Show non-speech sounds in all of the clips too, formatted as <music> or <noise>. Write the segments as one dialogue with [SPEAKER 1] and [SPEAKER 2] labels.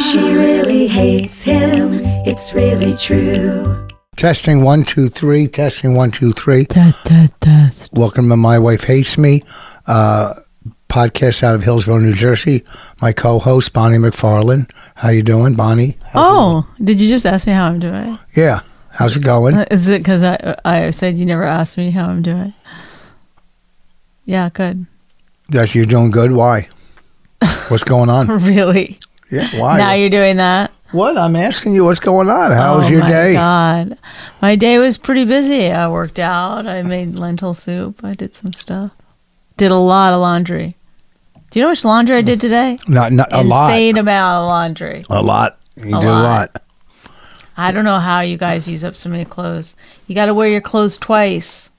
[SPEAKER 1] She really hates him. It's really true.
[SPEAKER 2] Testing one, two, three. Testing one, two, three. Welcome to My Wife Hates Me, uh, podcast out of Hillsborough, New Jersey. My co-host Bonnie McFarland. How you doing, Bonnie?
[SPEAKER 3] Oh, did you just ask me how I'm doing?
[SPEAKER 2] Yeah. How's it going?
[SPEAKER 3] Uh, Is it because I I said you never asked me how I'm doing? Yeah, good. <laughs>
[SPEAKER 2] That you're doing good. Why? What's going
[SPEAKER 3] <laughs>
[SPEAKER 2] on?
[SPEAKER 3] Really?
[SPEAKER 2] Yeah. Why?
[SPEAKER 3] now you're doing that?
[SPEAKER 2] what? I'm asking you. What's going on? How was
[SPEAKER 3] oh
[SPEAKER 2] your
[SPEAKER 3] my
[SPEAKER 2] day?
[SPEAKER 3] God, my day was pretty busy. I worked out. I made lentil soup. I did some stuff. Did a lot of laundry. Do you know how much laundry I did today?
[SPEAKER 2] Not, not Mm. a lot.
[SPEAKER 3] Insane amount of laundry.
[SPEAKER 2] A lot. You did a
[SPEAKER 3] lot.
[SPEAKER 2] lot.
[SPEAKER 3] I don't know how you guys use up so many clothes. You got to wear your clothes twice.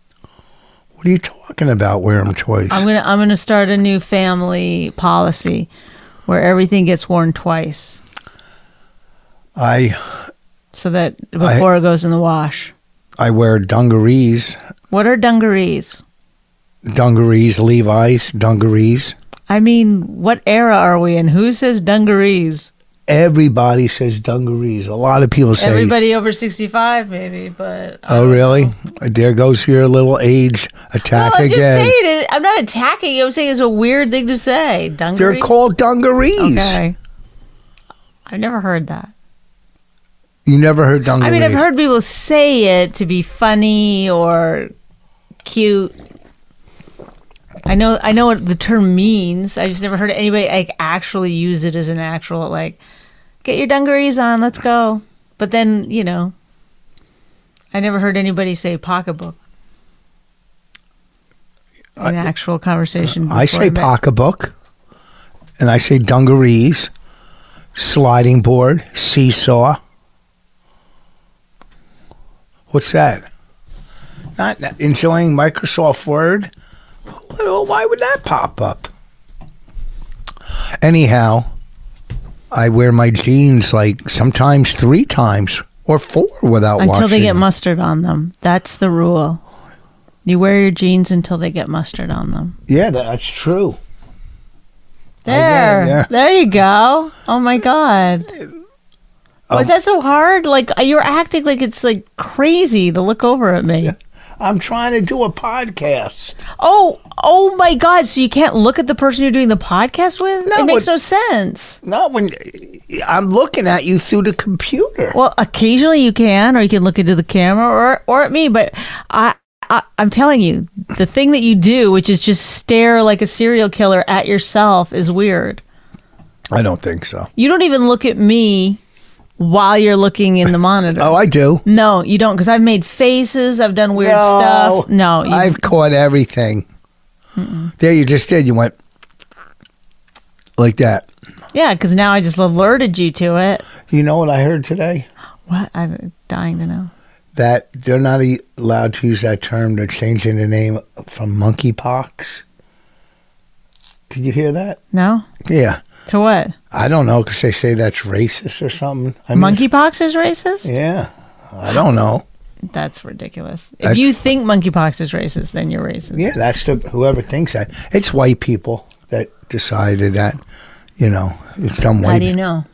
[SPEAKER 2] What are you talking about? Wear them twice.
[SPEAKER 3] I'm gonna I'm gonna start a new family policy where everything gets worn twice
[SPEAKER 2] I
[SPEAKER 3] so that before it goes in the wash.
[SPEAKER 2] I wear dungarees,
[SPEAKER 3] What are dungarees?
[SPEAKER 2] dungarees, Levi's, dungarees.
[SPEAKER 3] I mean, what era are we in? Who says dungarees?
[SPEAKER 2] Everybody says dungarees. A lot of people say,
[SPEAKER 3] Everybody over 65 maybe, but
[SPEAKER 2] "Oh, really? There goes your little age
[SPEAKER 3] Well,
[SPEAKER 2] attack
[SPEAKER 3] I'm just
[SPEAKER 2] again."
[SPEAKER 3] saying it. I'm not attacking you. I'm saying it's a weird thing to say. Dungarees.
[SPEAKER 2] They're called dungarees.
[SPEAKER 3] Okay. I've never heard that.
[SPEAKER 2] You never heard
[SPEAKER 3] I
[SPEAKER 2] dungarees?
[SPEAKER 3] mean, I've heard people say it to be funny or cute. I know, I know what the term means. I just never heard anybody like actually use it as an actual like, get your dungarees on, let's go. But then you know, I never heard anybody say pocketbook. An actual conversation.
[SPEAKER 2] I
[SPEAKER 3] before
[SPEAKER 2] say
[SPEAKER 3] met-
[SPEAKER 2] pocketbook, and I say dungarees, sliding board, seesaw. What's that? Not not enjoying Microsoft Word? Well, Why would that pop up? Anyhow, I wear my jeans like sometimes three times or four without
[SPEAKER 3] until
[SPEAKER 2] washing.
[SPEAKER 3] they get
[SPEAKER 2] them.
[SPEAKER 3] mustard on them. That's the rule. You wear your jeans until they get mustard on them.
[SPEAKER 2] yeah, that's true.
[SPEAKER 3] There,
[SPEAKER 2] yeah.
[SPEAKER 3] there you go. Oh my god,
[SPEAKER 2] Um,
[SPEAKER 3] was that so hard? Like uh, you're acting like it's like crazy to look over at me.
[SPEAKER 2] I'm trying to do a podcast.
[SPEAKER 3] Oh, oh my god! So you can't look at the person you're doing the podcast with?
[SPEAKER 2] No,
[SPEAKER 3] it makes
[SPEAKER 2] what-
[SPEAKER 3] no sense.
[SPEAKER 2] Not when I'm looking at you through the computer.
[SPEAKER 3] Well, occasionally you can, or you can look into the camera, or or at me. But I, I I'm telling you, the thing that you do, which is just stare like a serial killer at yourself, is weird.
[SPEAKER 2] I don't think so.
[SPEAKER 3] You don't even look at me while you're looking in the monitor.
[SPEAKER 2] <laughs> Oh, I do.
[SPEAKER 3] No, you don't, because I've made faces. I've done weird
[SPEAKER 2] No.
[SPEAKER 3] stuff. No, you,
[SPEAKER 2] I've caught everything. There, you just did. You went like that.
[SPEAKER 3] yeah, because now I just alerted you to it.
[SPEAKER 2] You know what I heard today?
[SPEAKER 3] What? I'm dying to know.
[SPEAKER 2] That they're not e- allowed to use that term. They're changing the name from monkeypox. Did you hear that?
[SPEAKER 3] No,
[SPEAKER 2] Yeah.
[SPEAKER 3] to what?
[SPEAKER 2] I don't know because they say that's racist or something. I mean,
[SPEAKER 3] Monkeypox is racist?
[SPEAKER 2] Yeah. I don't know.
[SPEAKER 3] That's ridiculous. If
[SPEAKER 2] That's-
[SPEAKER 3] you think monkeypox is racist, then you're racist.
[SPEAKER 2] Yeah, that's the whoever thinks that. It's white people that decided that. You know, it's dumb
[SPEAKER 3] How
[SPEAKER 2] white.
[SPEAKER 3] do you know?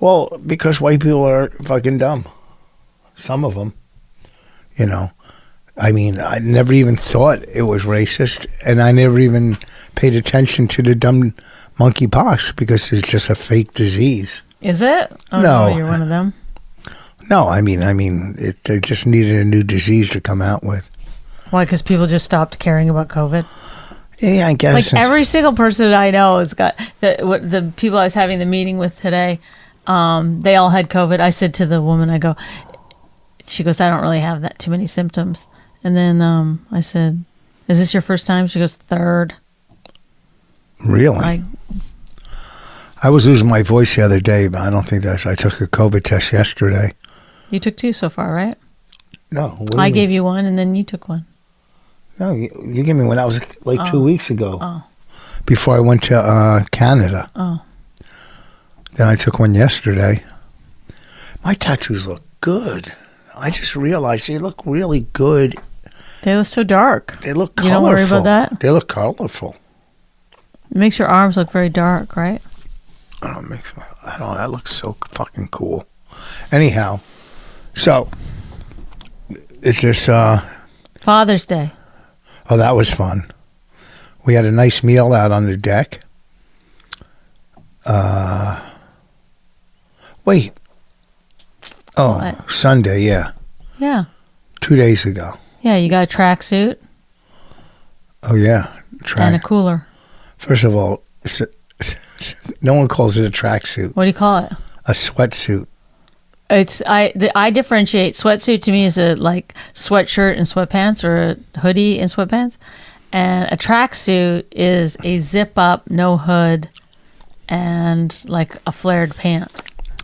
[SPEAKER 2] Well, because white people are fucking dumb. Some of them. You know, I mean, I never even thought it was racist, and I never even paid attention to the dumb monkeypox because it's just a fake disease.
[SPEAKER 3] Is it? Oh,
[SPEAKER 2] No.
[SPEAKER 3] you're one of them.
[SPEAKER 2] No, I mean, I mean, it, they just needed a new disease to come out with.
[SPEAKER 3] Why? Because people just stopped caring about COVID.
[SPEAKER 2] Yeah, I guess.
[SPEAKER 3] like
[SPEAKER 2] it's-
[SPEAKER 3] every single person I know has got the what the people I was having the meeting with today. Um, they all had COVID. I said to the woman, I go, she goes, I don't really have that too many symptoms. And then um, I said, Is this your first time? She goes, Third.
[SPEAKER 2] really.
[SPEAKER 3] Like,
[SPEAKER 2] I was losing my voice the other day, but I don't think that's. I took a COVID test yesterday.
[SPEAKER 3] you took two so far, right?
[SPEAKER 2] No, what do
[SPEAKER 3] I
[SPEAKER 2] you
[SPEAKER 3] gave you one, and then you took one.
[SPEAKER 2] No, you, you gave me one. That was like two weeks ago.
[SPEAKER 3] Oh.
[SPEAKER 2] Before I went to uh, Canada.
[SPEAKER 3] Oh.
[SPEAKER 2] Then I took one yesterday. My tattoos look good. I just realized they look really good
[SPEAKER 3] They look so dark.
[SPEAKER 2] They look
[SPEAKER 3] You
[SPEAKER 2] colorful.
[SPEAKER 3] don't worry about that?
[SPEAKER 2] They look colorful.
[SPEAKER 3] It makes your arms look very dark, right?
[SPEAKER 2] I don't make. I don't. That looks so fucking cool. Anyhow, so it's just. Uh,
[SPEAKER 3] Father's Day.
[SPEAKER 2] oh, that was fun. We had a nice meal out on the deck. Uh, wait. Oh,
[SPEAKER 3] What?
[SPEAKER 2] Sunday. Yeah,
[SPEAKER 3] Yeah.
[SPEAKER 2] two days ago.
[SPEAKER 3] Yeah, you got a tracksuit
[SPEAKER 2] Oh yeah.
[SPEAKER 3] and a
[SPEAKER 2] Track.
[SPEAKER 3] cooler.
[SPEAKER 2] First of all, it's a- <laughs> no one calls it a tracksuit.
[SPEAKER 3] What do you call it?
[SPEAKER 2] A sweatsuit.
[SPEAKER 3] It's I the, I differentiate sweatsuit to me is a like sweatshirt and sweatpants or a hoodie and sweatpants, and a tracksuit is a zip up, no hood, and like a flared pant.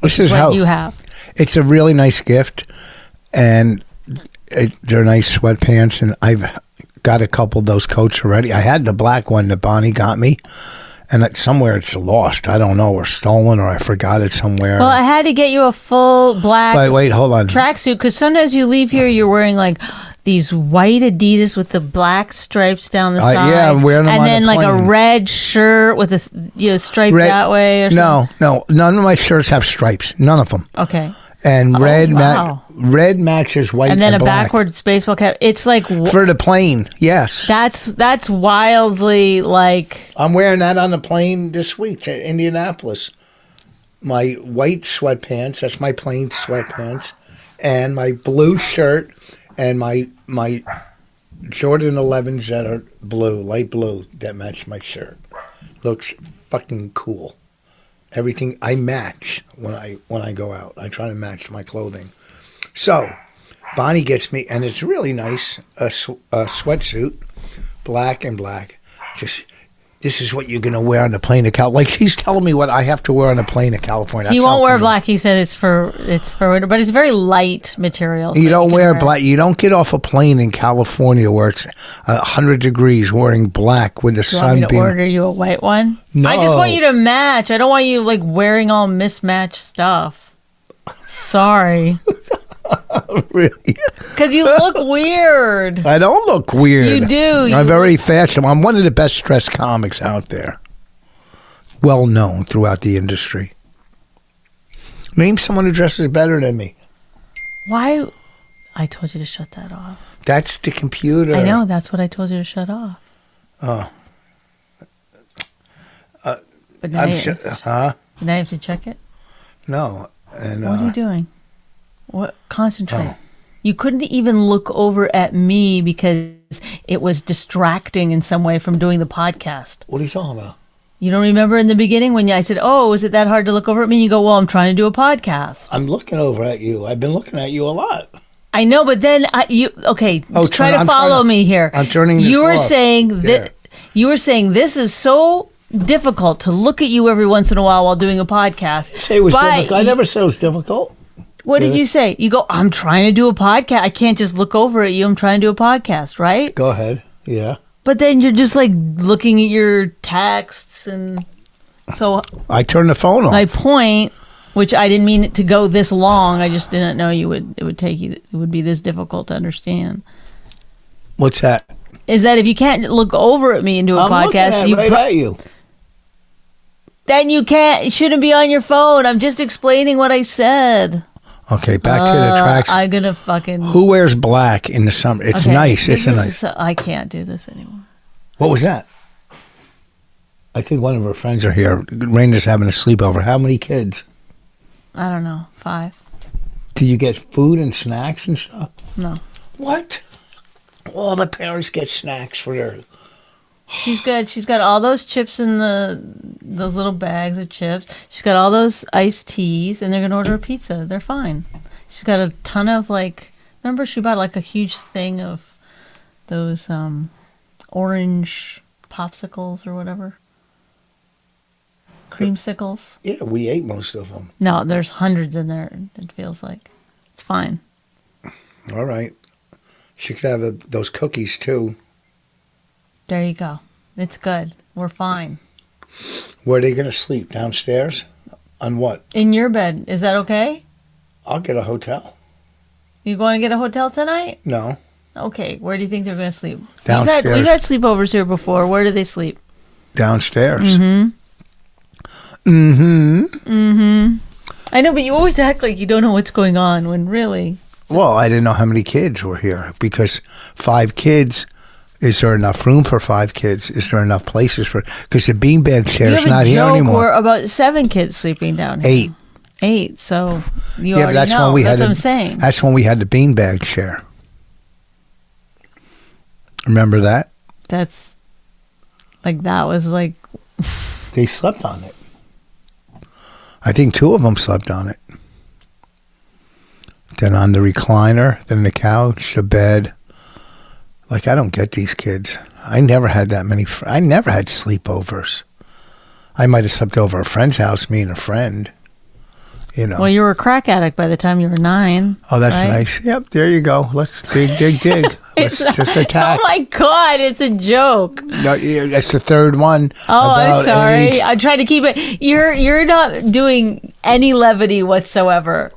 [SPEAKER 2] This
[SPEAKER 3] Is
[SPEAKER 2] is
[SPEAKER 3] what
[SPEAKER 2] how
[SPEAKER 3] you have.
[SPEAKER 2] It's a really nice gift, and it, they're nice sweatpants. And I've got a couple of those coats already. I had the black one that Bonnie got me, and it, somewhere it's lost. I don't know, or stolen, or I forgot it somewhere.
[SPEAKER 3] Well, I had to get you a full black
[SPEAKER 2] Wait, wait, hold on.
[SPEAKER 3] tracksuit because sometimes you leave here, you're wearing like these white Adidas with the black stripes down the
[SPEAKER 2] Uh,
[SPEAKER 3] sides.
[SPEAKER 2] yeah, I'm wearing them
[SPEAKER 3] and
[SPEAKER 2] on
[SPEAKER 3] then
[SPEAKER 2] the
[SPEAKER 3] like a
[SPEAKER 2] plane.
[SPEAKER 3] red shirt with a s- you know stripe
[SPEAKER 2] Red-
[SPEAKER 3] that way or
[SPEAKER 2] no, no, none of my shirts have stripes. None of them.
[SPEAKER 3] something. Okay.
[SPEAKER 2] And red
[SPEAKER 3] Oh, wow.
[SPEAKER 2] mat, red matches white
[SPEAKER 3] And then a
[SPEAKER 2] black.
[SPEAKER 3] backwards baseball cap. It's like w-
[SPEAKER 2] for the plane. Yes,
[SPEAKER 3] that's that's wildly like
[SPEAKER 2] I'm wearing that on the plane this week to Indianapolis. My white sweatpants, that's my plain sweatpants, and my blue shirt and my my Jordan 11s that are blue, light blue that match my shirt. Looks fucking cool. Everything I match when I when I go out. I try to match my clothing. So, Bonnie gets me and it's really nice a, sw- a sweatsuit, black and black. Just this is what you're gonna wear on the plane to Cal. Like she's telling me what I have to wear on the plane to California.
[SPEAKER 3] he
[SPEAKER 2] That's
[SPEAKER 3] won't
[SPEAKER 2] how
[SPEAKER 3] wear
[SPEAKER 2] come-
[SPEAKER 3] black. He said it's for it's for winter, but it's very light material. so
[SPEAKER 2] You don't
[SPEAKER 3] can
[SPEAKER 2] wear black. You don't get off a plane in California where it's a hundred degrees wearing black with the
[SPEAKER 3] Do you want me
[SPEAKER 2] sun
[SPEAKER 3] to
[SPEAKER 2] beam.
[SPEAKER 3] order you a white one? I just want
[SPEAKER 2] No.
[SPEAKER 3] you to match. I don't want you like wearing all mismatched stuff. Sorry,
[SPEAKER 2] <laughs> Really?
[SPEAKER 3] because
[SPEAKER 2] <laughs>
[SPEAKER 3] you look weird.
[SPEAKER 2] I don't look weird.
[SPEAKER 3] You do. You
[SPEAKER 2] I'm very fashionable. I'm one of the best dressed comics out there. Well known throughout the industry. Name someone who dresses better than me.
[SPEAKER 3] Why? I told you to shut that off.
[SPEAKER 2] That's the computer.
[SPEAKER 3] I know. That's what I told you to shut off.
[SPEAKER 2] Oh. Uh,
[SPEAKER 3] But now,
[SPEAKER 2] I'm
[SPEAKER 3] you,
[SPEAKER 2] sure. Huh?
[SPEAKER 3] now you have to check it.
[SPEAKER 2] No. And
[SPEAKER 3] What are
[SPEAKER 2] uh,
[SPEAKER 3] you doing? What? Concentrate.
[SPEAKER 2] Oh.
[SPEAKER 3] You couldn't even look over at me because it was distracting in some way from doing the podcast.
[SPEAKER 2] what are you talking about?
[SPEAKER 3] You don't remember in the beginning when I said, "Oh, is it that hard to look over at me?" And you go, "Well, I'm trying to do a podcast."
[SPEAKER 2] I'm looking over at you. I've been looking at you a lot.
[SPEAKER 3] I know, but then I, you okay?
[SPEAKER 2] Oh,
[SPEAKER 3] just try
[SPEAKER 2] turn-
[SPEAKER 3] to
[SPEAKER 2] I'm
[SPEAKER 3] follow
[SPEAKER 2] trying to-
[SPEAKER 3] me here.
[SPEAKER 2] I'm turning this
[SPEAKER 3] You were
[SPEAKER 2] off.
[SPEAKER 3] saying
[SPEAKER 2] Yeah.
[SPEAKER 3] that you were saying this is so difficult to look at you every once in a while while doing a
[SPEAKER 2] <laughs>
[SPEAKER 3] podcast.
[SPEAKER 2] Say it was
[SPEAKER 3] But
[SPEAKER 2] difficult. I
[SPEAKER 3] you-
[SPEAKER 2] never said it was difficult.
[SPEAKER 3] What did you say? You go, "I'm trying to do a podcast. I can't just look over at you. I'm trying to do a podcast, right?"
[SPEAKER 2] Go ahead. Yeah.
[SPEAKER 3] But then you're just like looking at your texts and so
[SPEAKER 2] I turned the phone off.
[SPEAKER 3] my point which i didn't mean it to go this long i just didn't know you would it would take you it would be this difficult to understand
[SPEAKER 2] What's that?
[SPEAKER 3] is that if you can't look over at me and do a
[SPEAKER 2] I'm looking
[SPEAKER 3] podcast
[SPEAKER 2] at,
[SPEAKER 3] you
[SPEAKER 2] right
[SPEAKER 3] pro-
[SPEAKER 2] at you.
[SPEAKER 3] then you can't you shouldn't be on your phone i'm just explaining what i said
[SPEAKER 2] Okay, back to
[SPEAKER 3] Uh,
[SPEAKER 2] the tracks.
[SPEAKER 3] i'm gonna fucking
[SPEAKER 2] Who wears black in the summer? It's
[SPEAKER 3] Okay,
[SPEAKER 2] nice.
[SPEAKER 3] this
[SPEAKER 2] It's a
[SPEAKER 3] is
[SPEAKER 2] nice.
[SPEAKER 3] so- i can't do this anymore
[SPEAKER 2] What was that? I think one of our friends are here. Raina's having a sleepover. How many kids?
[SPEAKER 3] i don't know five
[SPEAKER 2] Do you get food and snacks and stuff?
[SPEAKER 3] no
[SPEAKER 2] What? All the parents get snacks for their.
[SPEAKER 3] she's got she's got all those chips in the those little bags of chips she's got all those iced teas and they're gonna order a pizza they're fine she's got a ton of like remember she bought like a huge thing of those um orange popsicles or whatever creamsicles
[SPEAKER 2] Yeah, we ate most of them.
[SPEAKER 3] no there's hundreds in there it feels like it's fine
[SPEAKER 2] All right. She could have a, those cookies too.
[SPEAKER 3] there you go it's good we're fine
[SPEAKER 2] Where are they going to sleep? Downstairs? On what?
[SPEAKER 3] in your bed is that okay
[SPEAKER 2] I'll get a hotel.
[SPEAKER 3] you going to get a hotel tonight
[SPEAKER 2] No.
[SPEAKER 3] Okay, where do you think they're going to sleep?
[SPEAKER 2] Downstairs.
[SPEAKER 3] We've had, we've had sleepovers here before. Where do they sleep?
[SPEAKER 2] downstairs. Mm-hmm. hmm
[SPEAKER 3] I know, but you always act like you don't know what's going on when really.
[SPEAKER 2] Well, I didn't know how many kids were here because five kids. Is there enough room for five kids? Is there enough places for? Because the beanbag chair
[SPEAKER 3] you
[SPEAKER 2] is
[SPEAKER 3] have
[SPEAKER 2] not
[SPEAKER 3] a
[SPEAKER 2] here
[SPEAKER 3] joke
[SPEAKER 2] anymore.
[SPEAKER 3] where about seven kids sleeping down here.
[SPEAKER 2] Eight.
[SPEAKER 3] Eight. So you
[SPEAKER 2] yeah, but
[SPEAKER 3] already
[SPEAKER 2] that's
[SPEAKER 3] know.
[SPEAKER 2] when we
[SPEAKER 3] that's
[SPEAKER 2] had.
[SPEAKER 3] what
[SPEAKER 2] the-
[SPEAKER 3] I'm saying.
[SPEAKER 2] That's when we had the beanbag chair. Remember that?
[SPEAKER 3] that's like that was like
[SPEAKER 2] They slept on it. I think two of them slept on it. Then on the recliner, then the couch, the bed. Like I don't get these kids. I never had that many. Fr- I never had sleepovers. I might have slept over a friend's house, me and a friend. You know.
[SPEAKER 3] well, you were a crack addict by the time you were
[SPEAKER 2] <laughs>
[SPEAKER 3] nine.
[SPEAKER 2] oh, that's
[SPEAKER 3] right?
[SPEAKER 2] nice. Yep, there you go. Let's dig, dig,
[SPEAKER 3] <laughs>
[SPEAKER 2] dig. Let's just attack.
[SPEAKER 3] Oh my god, it's a joke.
[SPEAKER 2] No, yeah, that's the third one.
[SPEAKER 3] Oh, I'm
[SPEAKER 2] about
[SPEAKER 3] sorry.
[SPEAKER 2] age.
[SPEAKER 3] I tried to keep it. You're you're not doing any levity whatsoever.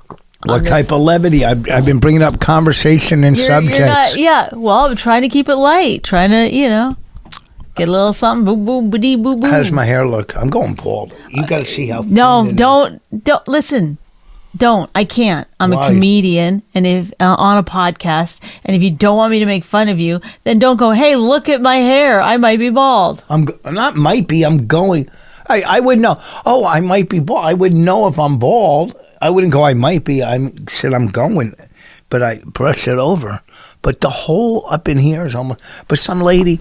[SPEAKER 2] What
[SPEAKER 3] on this.
[SPEAKER 2] type of levity? I've, I've been bringing up conversation and
[SPEAKER 3] You're,
[SPEAKER 2] subjects.
[SPEAKER 3] you're not, yeah. Well, I'm trying to keep it light. Trying to you know get a little something. Boom, boom, boo, boom, boom.
[SPEAKER 2] How does my hair look? I'm going bald. You got to see how.
[SPEAKER 3] No,
[SPEAKER 2] thin it
[SPEAKER 3] don't don't listen. Don't. I can't. I'm
[SPEAKER 2] Why?
[SPEAKER 3] a comedian and if uh, on a podcast and if you don't want me to make fun of you, then don't go, "Hey, look at my hair. I might be bald."
[SPEAKER 2] is. I'm g- not might be. I'm going. I, I would know. Oh, I might be bald. I would know if I'm bald. I wouldn't go. I might be. I'm said I'm going, but I brush it over. But the whole up in here is almost. But some lady,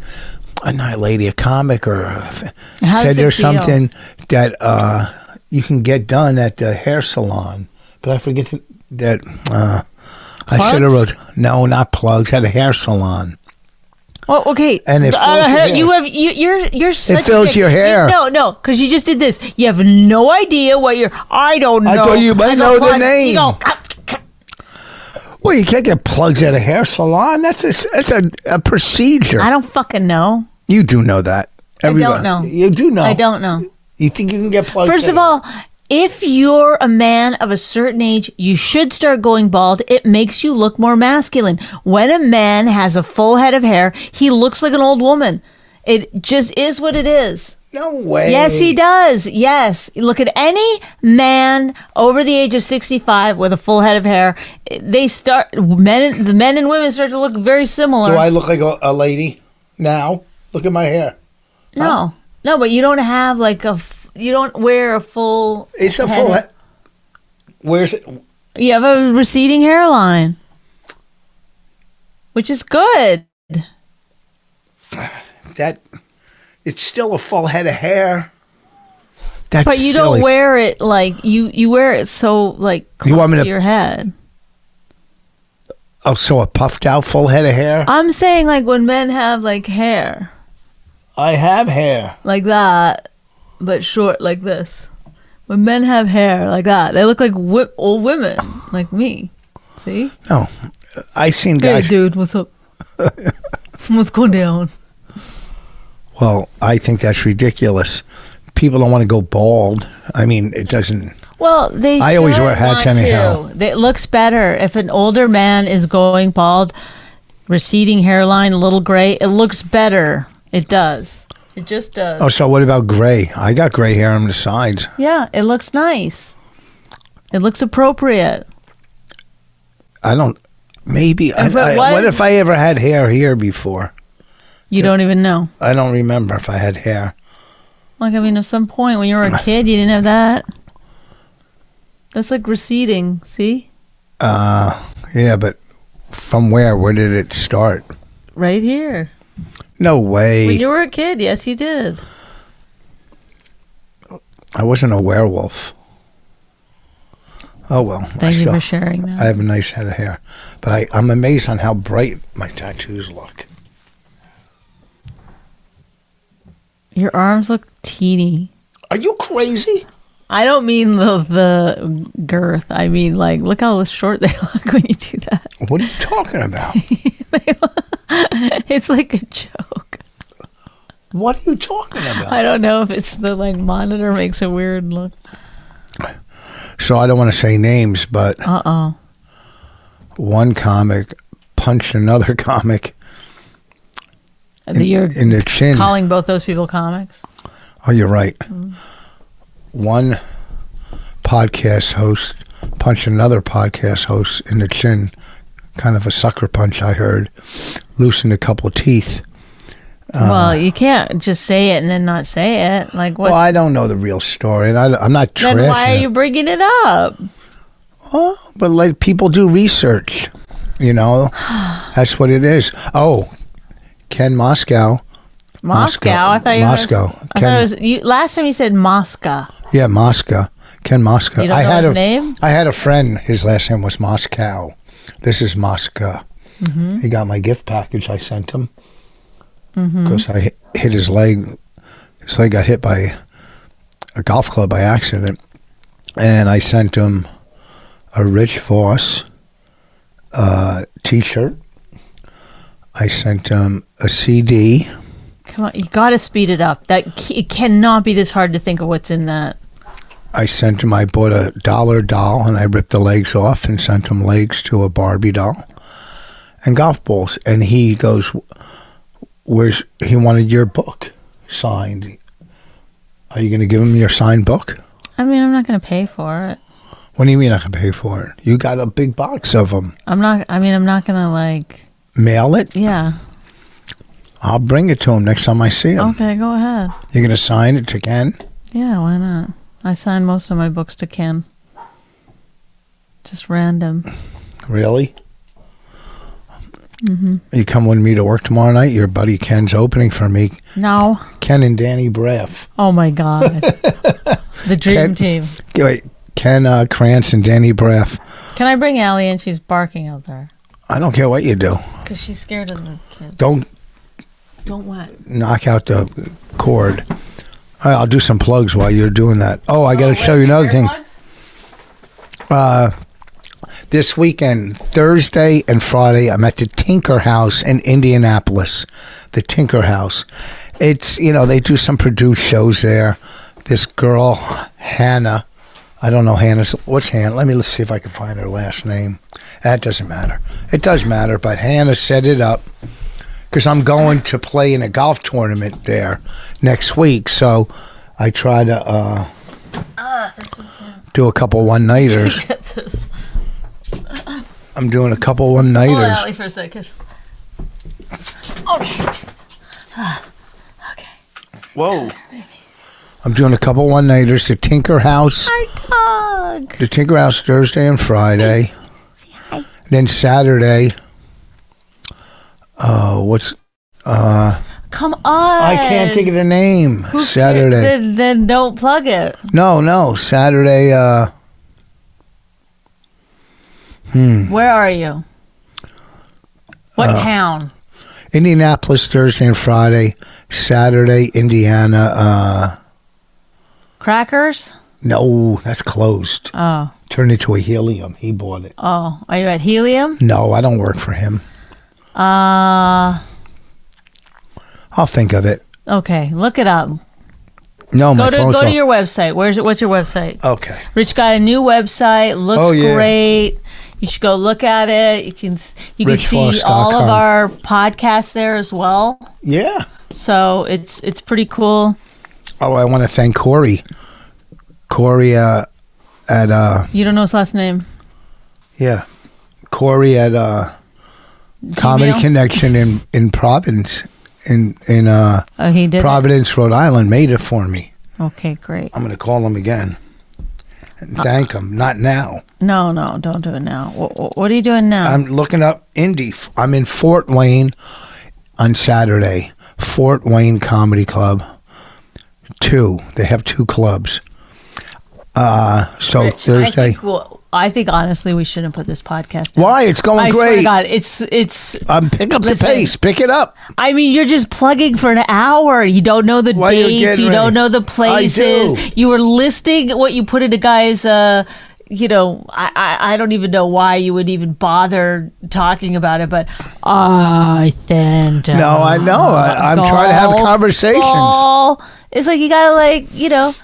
[SPEAKER 2] uh, not a lady, a comic or a f-
[SPEAKER 3] How
[SPEAKER 2] said
[SPEAKER 3] does it
[SPEAKER 2] there's
[SPEAKER 3] feel?
[SPEAKER 2] something that uh, you can get done at the hair salon, but I forget th- that. Uh, I should have
[SPEAKER 3] Plugs?
[SPEAKER 2] wrote no, not plugs. At a hair salon.
[SPEAKER 3] Well, Oh, okay.
[SPEAKER 2] And it
[SPEAKER 3] Uh,
[SPEAKER 2] fills your hair.
[SPEAKER 3] you have you, you're you're such a
[SPEAKER 2] fills
[SPEAKER 3] dick.
[SPEAKER 2] your
[SPEAKER 3] You-
[SPEAKER 2] hair.
[SPEAKER 3] no, no, because you just did this. You have no idea what you're. I don't know.
[SPEAKER 2] I thought you might
[SPEAKER 3] I go,
[SPEAKER 2] know the
[SPEAKER 3] "Plug."
[SPEAKER 2] name.
[SPEAKER 3] You go, "Ah, ah."
[SPEAKER 2] Well, you can't get plugs at a hair salon. That's a that's a, a procedure.
[SPEAKER 3] I don't fucking know.
[SPEAKER 2] you do know that.
[SPEAKER 3] I don't know.
[SPEAKER 2] You do know.
[SPEAKER 3] I don't know.
[SPEAKER 2] You think you can get plugs?
[SPEAKER 3] First
[SPEAKER 2] at
[SPEAKER 3] of
[SPEAKER 2] a-
[SPEAKER 3] all, if you're a man of a certain age, you should start going bald. It makes you look more masculine. When a man has a full head of hair, he looks like an old woman. It just is what it is.
[SPEAKER 2] no way.
[SPEAKER 3] Yes, he does. Yes. Look at any man over the age of 65 with a full head of hair. They start men the men and women start to look very similar.
[SPEAKER 2] Do I look like a, a lady now? Look at my hair.
[SPEAKER 3] no. No, but you don't have like a f- you don't wear a full
[SPEAKER 2] It's a
[SPEAKER 3] head
[SPEAKER 2] full.
[SPEAKER 3] of-
[SPEAKER 2] head. Where's it?
[SPEAKER 3] You have a receding hairline, which is good.
[SPEAKER 2] That. It's still a full head of hair. That's
[SPEAKER 3] But you
[SPEAKER 2] silly.
[SPEAKER 3] don't wear it like you you wear it so like close
[SPEAKER 2] You want me
[SPEAKER 3] to,
[SPEAKER 2] to-
[SPEAKER 3] your head.
[SPEAKER 2] Oh, so a puffed out full head of hair?
[SPEAKER 3] I'm saying like when men have like hair
[SPEAKER 2] I have hair.
[SPEAKER 3] like that, but short like this. When men have hair like that, they look like wi- old women like me. See,
[SPEAKER 2] No, I seen
[SPEAKER 3] hey
[SPEAKER 2] guys.
[SPEAKER 3] dude,
[SPEAKER 2] <laughs>
[SPEAKER 3] what's up? what's going down?
[SPEAKER 2] Well, I think that's ridiculous. People don't want to go bald. I mean, it doesn't.
[SPEAKER 3] Well, they.
[SPEAKER 2] I always
[SPEAKER 3] should
[SPEAKER 2] wear hats
[SPEAKER 3] want
[SPEAKER 2] anyhow.
[SPEAKER 3] to. It looks better if an older man is going bald, receding hairline, a little gray. It looks better. It does. It just does.
[SPEAKER 2] Oh, so what about gray? I got gray hair on the sides.
[SPEAKER 3] Yeah, it looks nice. It looks appropriate.
[SPEAKER 2] I don't. Maybe. I,
[SPEAKER 3] But
[SPEAKER 2] I-
[SPEAKER 3] what-
[SPEAKER 2] what if I ever had hair here before?
[SPEAKER 3] You don't even know.
[SPEAKER 2] I don't remember if I had hair.
[SPEAKER 3] Like I mean, at some point when you
[SPEAKER 2] <coughs>
[SPEAKER 3] were a kid, you didn't have that. That's like receding. See,
[SPEAKER 2] Uh, yeah, but from where? Where did it start?
[SPEAKER 3] right here.
[SPEAKER 2] No
[SPEAKER 3] When
[SPEAKER 2] way.
[SPEAKER 3] you were a kid, yes, you did.
[SPEAKER 2] I wasn't a werewolf. Oh well. I
[SPEAKER 3] Thank you
[SPEAKER 2] still-
[SPEAKER 3] for sharing that.
[SPEAKER 2] I have a nice head of hair, but I, I'm amazed on how bright my tattoos look.
[SPEAKER 3] Your arms look teeny.
[SPEAKER 2] Are you crazy?
[SPEAKER 3] I don't mean the the girth. I mean like look how short they <laughs> look when you do that.
[SPEAKER 2] What are you talking
[SPEAKER 3] <laughs>
[SPEAKER 2] about?
[SPEAKER 3] It's like a joke.
[SPEAKER 2] What are you talking about?
[SPEAKER 3] I don't know if it's the like monitor makes a weird look.
[SPEAKER 2] So I don't want to say names, but
[SPEAKER 3] Uh oh.
[SPEAKER 2] one comic punched another <laughs> comic
[SPEAKER 3] That you're
[SPEAKER 2] in the chin.
[SPEAKER 3] calling Mm. both those people comics.
[SPEAKER 2] Oh, you're right. One podcast host punched another podcast host in the chin, kind of a sucker punch, I heard, loosened a couple teeth. Uh-huh.
[SPEAKER 3] well, you can't just say it and then not say it. Like what?
[SPEAKER 2] well, I don't know the real story, and I, am not
[SPEAKER 3] then
[SPEAKER 2] trashing
[SPEAKER 3] why are
[SPEAKER 2] it.
[SPEAKER 3] you bringing it up?
[SPEAKER 2] Oh, but like people do research, you know. That's what it is. Oh, Ken Moscow.
[SPEAKER 3] Moscow. I thought you
[SPEAKER 2] Moscow.
[SPEAKER 3] Was, I thought
[SPEAKER 2] Ken-
[SPEAKER 3] it was you, last time you said Moscow.
[SPEAKER 2] Yeah, Mosca. Ken Mosca.
[SPEAKER 3] You don't
[SPEAKER 2] I
[SPEAKER 3] know
[SPEAKER 2] had
[SPEAKER 3] his
[SPEAKER 2] a,
[SPEAKER 3] name?
[SPEAKER 2] I had a friend. His last name was Moscow. This is Mosca.
[SPEAKER 3] Mm-hmm.
[SPEAKER 2] He got my gift package I sent him
[SPEAKER 3] Mm-hmm.
[SPEAKER 2] because I hit, hit his leg. His leg got hit by a golf club by accident, and I sent him a Rich Voss uh, T-shirt. I sent him a CD.
[SPEAKER 3] Come on, you got to speed it up. That c- it cannot be this hard to think of what's in that.
[SPEAKER 2] I sent him, I bought a dollar doll and I ripped the legs off and sent him legs to a Barbie doll and golf balls. And he goes, Where's, he wanted your book signed. Are you going to give him your signed book?
[SPEAKER 3] I mean, I'm not going to pay for it.
[SPEAKER 2] What do you mean I can pay for it? You got a big box of them.
[SPEAKER 3] I'm not. I mean, I'm not going to like.
[SPEAKER 2] Mail it.
[SPEAKER 3] Yeah.
[SPEAKER 2] I'll bring it to him next time I see him.
[SPEAKER 3] Okay, go ahead.
[SPEAKER 2] You're going to sign it to Ken?
[SPEAKER 3] Yeah, why not? I sign most of my books to Ken. Just random.
[SPEAKER 2] Really? You come with me to work tomorrow night? Your buddy Ken's opening for me.
[SPEAKER 3] No.
[SPEAKER 2] Ken and Danny Braff.
[SPEAKER 3] Oh
[SPEAKER 2] <laughs>
[SPEAKER 3] my god. the dream
[SPEAKER 2] Ken-
[SPEAKER 3] team.
[SPEAKER 2] Wait, Ken uh, Krantz and Danny Braff.
[SPEAKER 3] Can I bring Allie in? She's barking out there
[SPEAKER 2] I don't care what you do.
[SPEAKER 3] because she's scared of the kid.
[SPEAKER 2] Don't
[SPEAKER 3] Don't what?
[SPEAKER 2] knock out the cord. All right, I'll do some plugs while you're doing that. Oh, I got to show you another thing. Uh, This weekend, Thursday and Friday, I'm at the Tinker House in Indianapolis. The Tinker House. It's, you know, they do some produced shows there. This girl, Hannah, I don't know Hannah's, what's Hannah? Let me let's see if I can find her last name. That doesn't matter. It does matter, but Hannah set it up. because I'm going to play in a golf tournament there next week. So I try to uh, do a couple one nighters.
[SPEAKER 3] Get this.
[SPEAKER 2] I'm doing a couple one
[SPEAKER 3] Hold on,
[SPEAKER 2] nighters.
[SPEAKER 3] Allie, for a second.
[SPEAKER 2] Whoa. I'm doing a couple one nighters. The Tinker House,
[SPEAKER 3] Our dog.
[SPEAKER 2] the Tinker House Thursday and Friday. Then Saturday. Uh, what's
[SPEAKER 3] Come on.
[SPEAKER 2] I can't think of the name.
[SPEAKER 3] Who
[SPEAKER 2] Saturday.
[SPEAKER 3] cares? Then, then don't plug it.
[SPEAKER 2] no, no, Saturday. Uh,
[SPEAKER 3] Where are you? What
[SPEAKER 2] Uh,
[SPEAKER 3] town?
[SPEAKER 2] Indianapolis Thursday and Friday, Saturday Indiana. Uh,
[SPEAKER 3] Crackers?
[SPEAKER 2] no, that's closed.
[SPEAKER 3] Oh,
[SPEAKER 2] Turned into a helium. He bought it.
[SPEAKER 3] oh. Are you at Helium?
[SPEAKER 2] No, I don't work for him.
[SPEAKER 3] Uh,
[SPEAKER 2] I'll think of it.
[SPEAKER 3] okay. Look it up.
[SPEAKER 2] No,
[SPEAKER 3] Go
[SPEAKER 2] my
[SPEAKER 3] to
[SPEAKER 2] phone's
[SPEAKER 3] go to
[SPEAKER 2] off.
[SPEAKER 3] your website. Where's it? What's your website?
[SPEAKER 2] Okay.
[SPEAKER 3] Rich got a new website. Looks
[SPEAKER 2] Oh, yeah.
[SPEAKER 3] great. You should go look at it. You can s- you can see
[SPEAKER 2] RichFoss.com.
[SPEAKER 3] all of our podcasts there as well.
[SPEAKER 2] Yeah.
[SPEAKER 3] So it's it's pretty cool.
[SPEAKER 2] Oh, I want to thank Corey. Corey uh, at uh,
[SPEAKER 3] You don't know his last name.
[SPEAKER 2] yeah, Corey at uh, Comedy
[SPEAKER 3] Gmail?
[SPEAKER 2] Connection in in Providence in in uh,
[SPEAKER 3] Oh, he did. it?
[SPEAKER 2] Providence, Rhode Island, made it for me.
[SPEAKER 3] Okay, great.
[SPEAKER 2] I'm going to call him again
[SPEAKER 3] Uh,
[SPEAKER 2] and thank him. Not now.
[SPEAKER 3] No, no, don't do it now. What, what are you doing now?
[SPEAKER 2] I'm looking up Indy. I'm in Fort Wayne on Saturday. Fort Wayne Comedy Club. Two. They have two clubs. Uh, so
[SPEAKER 3] Rich, I
[SPEAKER 2] Thursday.
[SPEAKER 3] think, well, I think honestly, we shouldn't put this podcast. out.
[SPEAKER 2] Why? It's going
[SPEAKER 3] I swear to
[SPEAKER 2] great.
[SPEAKER 3] God, it's it's.
[SPEAKER 2] Um, pick up
[SPEAKER 3] Listen.
[SPEAKER 2] the pace. Pick it up.
[SPEAKER 3] I mean, you're just plugging for an hour. You don't know the
[SPEAKER 2] Why you
[SPEAKER 3] dates.
[SPEAKER 2] getting
[SPEAKER 3] You don't
[SPEAKER 2] ready?
[SPEAKER 3] know the
[SPEAKER 2] I do.
[SPEAKER 3] places. You were listing what you put in a guy's. Uh, you know, I, I I don't even know why you would even bother talking about it, but ah, I think
[SPEAKER 2] No, I know. I, I'm trying to have
[SPEAKER 3] golf
[SPEAKER 2] conversations.
[SPEAKER 3] ball. It's like you gotta like you know.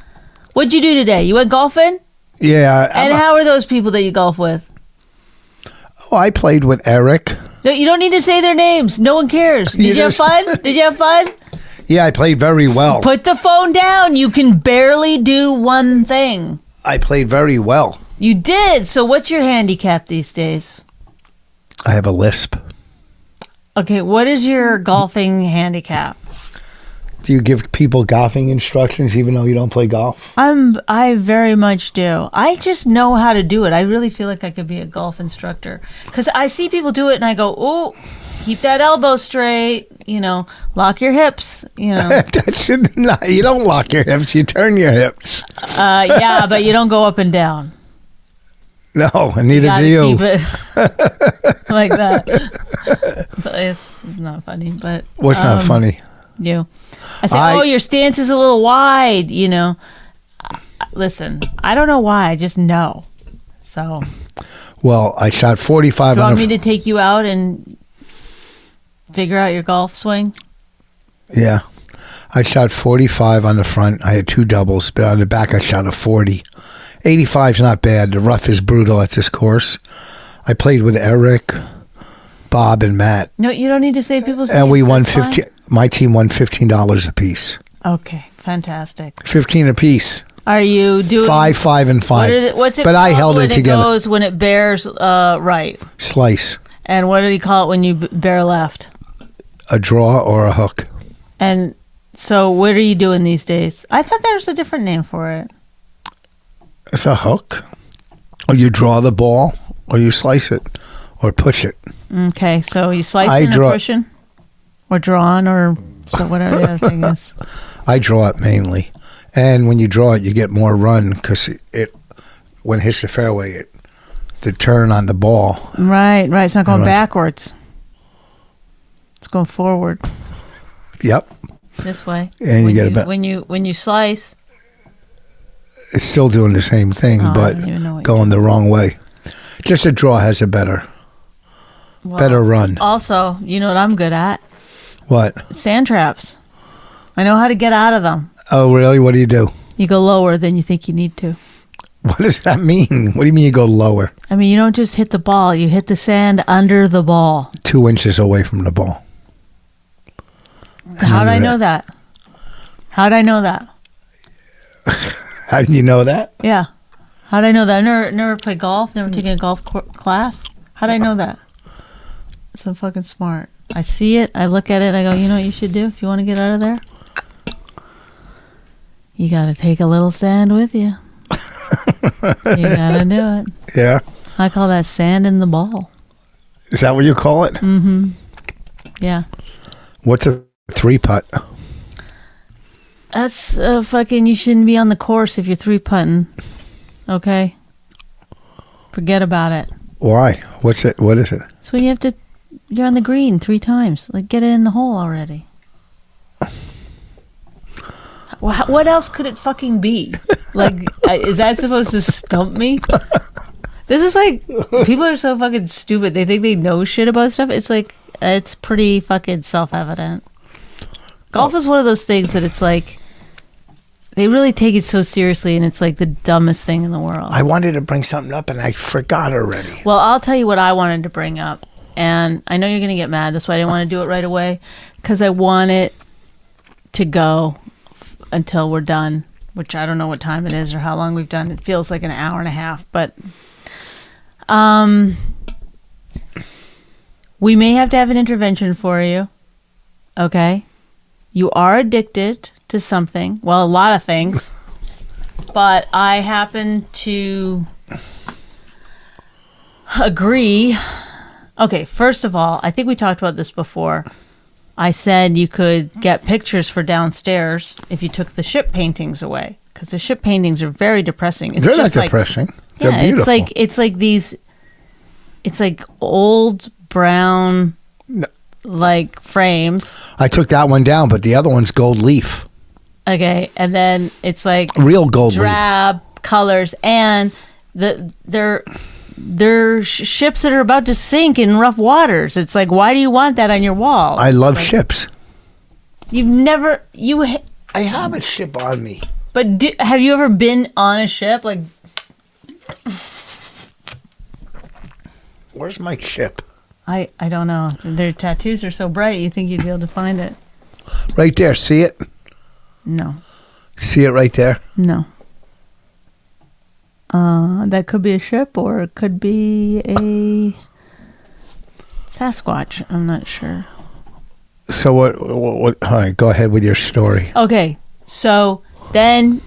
[SPEAKER 3] What'd you do today? You went golfing,
[SPEAKER 2] Yeah.
[SPEAKER 3] and
[SPEAKER 2] I'm-
[SPEAKER 3] how are those people that you golf with?
[SPEAKER 2] oh, I played with Eric.
[SPEAKER 3] No, you don't need to say their names. No one cares. Did
[SPEAKER 2] You
[SPEAKER 3] you, have
[SPEAKER 2] just-
[SPEAKER 3] fun?
[SPEAKER 2] <laughs>
[SPEAKER 3] Did you have fun?
[SPEAKER 2] Yeah, I played very well.
[SPEAKER 3] Put the phone down. You can barely do one thing.
[SPEAKER 2] I played very well.
[SPEAKER 3] You did. So what's your handicap these days?
[SPEAKER 2] I have a lisp.
[SPEAKER 3] Okay, what is your golfing handicap?
[SPEAKER 2] Do you give people golfing instructions even though you don't play golf? <laughs>
[SPEAKER 3] I'm I very much do. I just know how to do it. I really feel like I could be a golf instructor cuz I see people do it and I go, "Oh, keep that elbow straight, you know, lock your hips, you know."
[SPEAKER 2] That's not, you don't lock your hips. You turn your hips.
[SPEAKER 3] <laughs> Uh, yeah, but you don't go up and down.
[SPEAKER 2] No, and neither
[SPEAKER 3] Gotta
[SPEAKER 2] do you.
[SPEAKER 3] keep <laughs> it like that. But it's not funny, but
[SPEAKER 2] What's
[SPEAKER 3] um,
[SPEAKER 2] not funny?
[SPEAKER 3] you. I say,
[SPEAKER 2] I-
[SPEAKER 3] oh, your stance is a little wide. You know, I- listen, I don't know why. I just know. So, do
[SPEAKER 2] Well, I shot 45
[SPEAKER 3] you
[SPEAKER 2] on
[SPEAKER 3] want
[SPEAKER 2] a.
[SPEAKER 3] me to take you out and figure out your golf swing?
[SPEAKER 2] yeah. I shot 45 on the front. I had two doubles, but on the back, I shot a 40. 85's not bad. The rough is brutal at this course. I played with Eric, Bob, and Matt,
[SPEAKER 3] No, you don't need to say people's.
[SPEAKER 2] and we
[SPEAKER 3] names,
[SPEAKER 2] won
[SPEAKER 3] that's fine.
[SPEAKER 2] 15. My team won $15 apiece.
[SPEAKER 3] Okay, fantastic.
[SPEAKER 2] 15 apiece.
[SPEAKER 3] Are you doing
[SPEAKER 2] Five, five, and
[SPEAKER 3] What
[SPEAKER 2] five.
[SPEAKER 3] are the- what's it?
[SPEAKER 2] but I
[SPEAKER 3] called
[SPEAKER 2] held
[SPEAKER 3] when
[SPEAKER 2] it together.
[SPEAKER 3] goes when it bears uh, right.
[SPEAKER 2] Slice,
[SPEAKER 3] And what did he call it when you b- bear left?
[SPEAKER 2] a draw, or a hook.
[SPEAKER 3] And so, what are you doing these days? I thought there was a different name for it.
[SPEAKER 2] It's a hook. Or you draw the ball, or you slice it, or push it.
[SPEAKER 3] Okay, so you
[SPEAKER 2] I
[SPEAKER 3] slicing
[SPEAKER 2] draw-
[SPEAKER 3] or pushing, or drawing, or so whatever the other thing
[SPEAKER 2] <laughs>
[SPEAKER 3] is.
[SPEAKER 2] I draw it mainly, and when you draw it, you get more run because it, it when it hits the fairway, it the turn on the ball.
[SPEAKER 3] Right, right. It's not going
[SPEAKER 2] Right.
[SPEAKER 3] backwards. It's going forward
[SPEAKER 2] Yep,
[SPEAKER 3] this way.
[SPEAKER 2] And you
[SPEAKER 3] when
[SPEAKER 2] get a ba-
[SPEAKER 3] when you when you slice.
[SPEAKER 2] it's still doing the same thing,
[SPEAKER 3] Oh, I didn't even know
[SPEAKER 2] but
[SPEAKER 3] what
[SPEAKER 2] going the wrong way. Just a draw has a better
[SPEAKER 3] well,
[SPEAKER 2] better run.
[SPEAKER 3] Also, you know what I'm good at?
[SPEAKER 2] What?
[SPEAKER 3] Sand traps. I know how to get out of them.
[SPEAKER 2] Oh, really? What do you do? <laughs>
[SPEAKER 3] You go lower than you think you need to.
[SPEAKER 2] What does that mean? What do you mean you go lower?
[SPEAKER 3] I mean, you don't just hit the ball; you hit the sand under the ball.
[SPEAKER 2] Two inches away from the ball.
[SPEAKER 3] How did I
[SPEAKER 2] Remember
[SPEAKER 3] know that? How did I know that?
[SPEAKER 2] How did you know that?
[SPEAKER 3] Yeah. How did I know that? I never, never played golf, never taken a golf cour class. How did I know that? So fucking smart. I see it, I look at it, I go, you know what you should do if you want to get out of there? You got to take a little sand with you. you got to do it.
[SPEAKER 2] Yeah.
[SPEAKER 3] I call that sand in the ball.
[SPEAKER 2] Is that what you call it?
[SPEAKER 3] Mm. Yeah.
[SPEAKER 2] What's a three putt?
[SPEAKER 3] That's uh, fucking, you shouldn't be on the course if you're three putting. Okay? Forget about it.
[SPEAKER 2] Why? What's it? What is it?
[SPEAKER 3] So you have to, you're on the green three times. Like, get it in the hole already. Wha- What else could it fucking be? Like, I- is that supposed to stump me? This is like, people are so fucking stupid. They think they know shit about stuff. It's like, it's pretty fucking self evident. Golf is one of those things that it's like, they really take it so seriously, and it's like the dumbest thing in the world.
[SPEAKER 2] I wanted to bring something up and I forgot already.
[SPEAKER 3] Well, I'll tell you what I wanted to bring up, and I know you're going to get mad. That's why I didn't want to do it right away because I want it to go f- until we're done, which I don't know what time it is or how long we've done. It feels like an hour and a half, but um, we may have to have an intervention for you. Okay, you are addicted to something. Well, a lot of things. <laughs> But I happen to agree. Okay, first of all, I think we talked about this before. I said you could get pictures for downstairs if you took the ship paintings away because the ship paintings are very depressing. It's
[SPEAKER 2] They're not
[SPEAKER 3] just like-
[SPEAKER 2] depressing. They're
[SPEAKER 3] yeah,
[SPEAKER 2] beautiful.
[SPEAKER 3] it's like it's like these. It's like old brown, like frames.
[SPEAKER 2] I took that one down, but the other one's gold leaf,
[SPEAKER 3] Okay, and then it's like
[SPEAKER 2] real gold leaf.
[SPEAKER 3] drab colors and the they're they're sh- ships that are about to sink in rough waters. It's like why do you want that on your wall?
[SPEAKER 2] I love ships.
[SPEAKER 3] You've never you ha-
[SPEAKER 2] I have a ship on me.
[SPEAKER 3] but do, have you ever been on a ship like
[SPEAKER 2] Where's my ship?
[SPEAKER 3] I, I don't know. Their tattoos are so bright, you think you'd be able to find it.
[SPEAKER 2] Right there. See it?
[SPEAKER 3] No,
[SPEAKER 2] See it right there?
[SPEAKER 3] no. Uh, that could be a ship or it could be a Sasquatch. I'm not sure.
[SPEAKER 2] So what, what, what? All right, go ahead with your story.
[SPEAKER 3] Okay, so then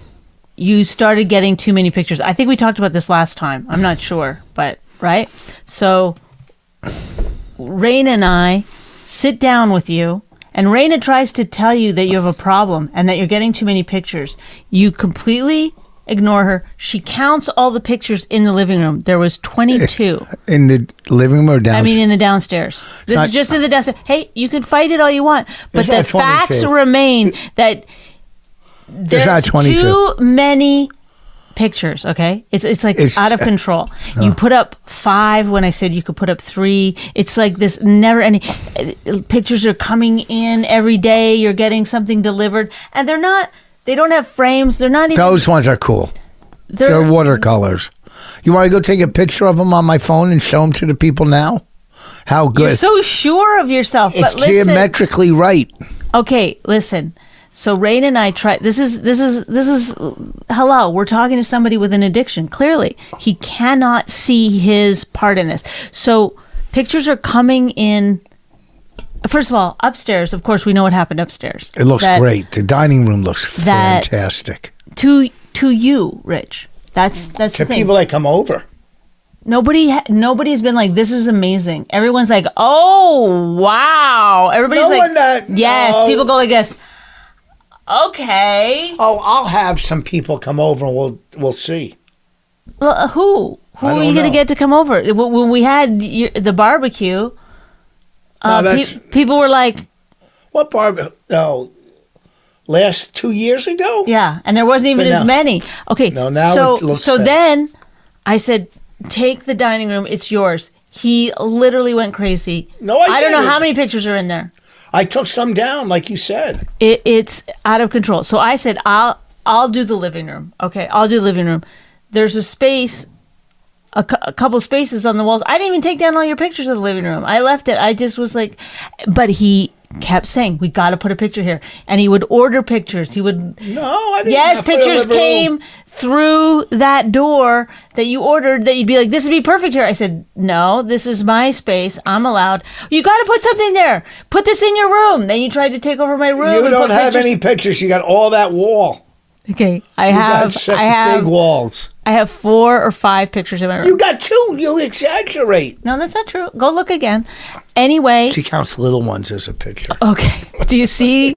[SPEAKER 3] you started getting too many pictures. I think we talked about this last time. I'm not sure, but right. So Raina and I sit down with you, and Raina tries to tell you that you have a problem and that you're getting too many pictures. You completely ignore her. She counts all the pictures in the living room. There was 22.
[SPEAKER 2] In the living room or downstairs?
[SPEAKER 3] I mean, in the downstairs. This
[SPEAKER 2] not-
[SPEAKER 3] is just in the downstairs. Hey, you can fight it all you want, but
[SPEAKER 2] It's
[SPEAKER 3] the
[SPEAKER 2] not 22.
[SPEAKER 3] facts remain that there's
[SPEAKER 2] not 22.
[SPEAKER 3] too many pictures. Okay, it's it's like
[SPEAKER 2] It's- Uh.
[SPEAKER 3] out of control. You put up five when I said you could put up three. It's like this never any pictures are coming in every day. You're getting something delivered, and they're not. They don't have frames. They're not even.
[SPEAKER 2] Those ones are cool. They're watercolors. You want to go take a picture of them on my phone and show them to the people now? How
[SPEAKER 3] you're
[SPEAKER 2] good.
[SPEAKER 3] so sure of yourself.
[SPEAKER 2] it's
[SPEAKER 3] but listen,
[SPEAKER 2] geometrically right.
[SPEAKER 3] Okay, listen. So Rain and I try this is this is this is hello, we're talking to somebody with an addiction. Clearly, he cannot see his part in this. So pictures are coming in First of all, upstairs, of course we know what happened upstairs.
[SPEAKER 2] It looks
[SPEAKER 3] That-
[SPEAKER 2] great. The dining room looks
[SPEAKER 3] That-
[SPEAKER 2] fantastic.
[SPEAKER 3] To to you, Rich. That's that's the thing.
[SPEAKER 2] that come over.
[SPEAKER 3] nobody ha- nobody's been like this is amazing. Everyone's like, "Oh, wow." Everybody's
[SPEAKER 2] No
[SPEAKER 3] like
[SPEAKER 2] one that-
[SPEAKER 3] Yes,
[SPEAKER 2] no.
[SPEAKER 3] people go like this. Okay.
[SPEAKER 2] Oh, I'll have some people come over and we'll we'll see.
[SPEAKER 3] Well, uh, who? Who
[SPEAKER 2] I
[SPEAKER 3] are
[SPEAKER 2] don't
[SPEAKER 3] you going
[SPEAKER 2] know.
[SPEAKER 3] to get to come over? Wh- When we had y- the barbecue, uh, pe-
[SPEAKER 2] that's-
[SPEAKER 3] people were like,
[SPEAKER 2] What bar? No, last two years ago.
[SPEAKER 3] yeah, and there wasn't even
[SPEAKER 2] But
[SPEAKER 3] as
[SPEAKER 2] now-
[SPEAKER 3] many. Okay,
[SPEAKER 2] No, now
[SPEAKER 3] so
[SPEAKER 2] it looks
[SPEAKER 3] so
[SPEAKER 2] bad.
[SPEAKER 3] then I said, take the dining room; it's yours. He literally went crazy.
[SPEAKER 2] No, I
[SPEAKER 3] don't know
[SPEAKER 2] didn't.
[SPEAKER 3] how many pictures are in there.
[SPEAKER 2] I took some down, like you said.
[SPEAKER 3] It, it's out of control. So I said, I'll I'll do the living room. Okay, I'll do living room. There's a space, a, cou- a couple spaces on the walls. I didn't even take down all your pictures of the living room. I left it. I just was like, but he kept saying, we got to put a picture here, and he would order pictures. He would.
[SPEAKER 2] No, I <laughs> didn't.
[SPEAKER 3] Yes,
[SPEAKER 2] have to
[SPEAKER 3] pictures
[SPEAKER 2] deliver-
[SPEAKER 3] came through that door that you ordered that you'd be like, this would be perfect here. I said, no, this is my space. I'm allowed. You got to put something there. Put this in your room. Then you tried to take over my room.
[SPEAKER 2] You
[SPEAKER 3] and
[SPEAKER 2] don't
[SPEAKER 3] put
[SPEAKER 2] have
[SPEAKER 3] pictures-
[SPEAKER 2] any pictures. You got all that wall.
[SPEAKER 3] Okay, I
[SPEAKER 2] You got
[SPEAKER 3] have
[SPEAKER 2] such
[SPEAKER 3] I
[SPEAKER 2] big
[SPEAKER 3] have
[SPEAKER 2] walls.
[SPEAKER 3] I have four or five pictures in my room.
[SPEAKER 2] You got two. You exaggerate.
[SPEAKER 3] no, that's not true. Go look again. Anyway,
[SPEAKER 2] She counts little ones as a picture.
[SPEAKER 3] okay. <laughs> Do you see?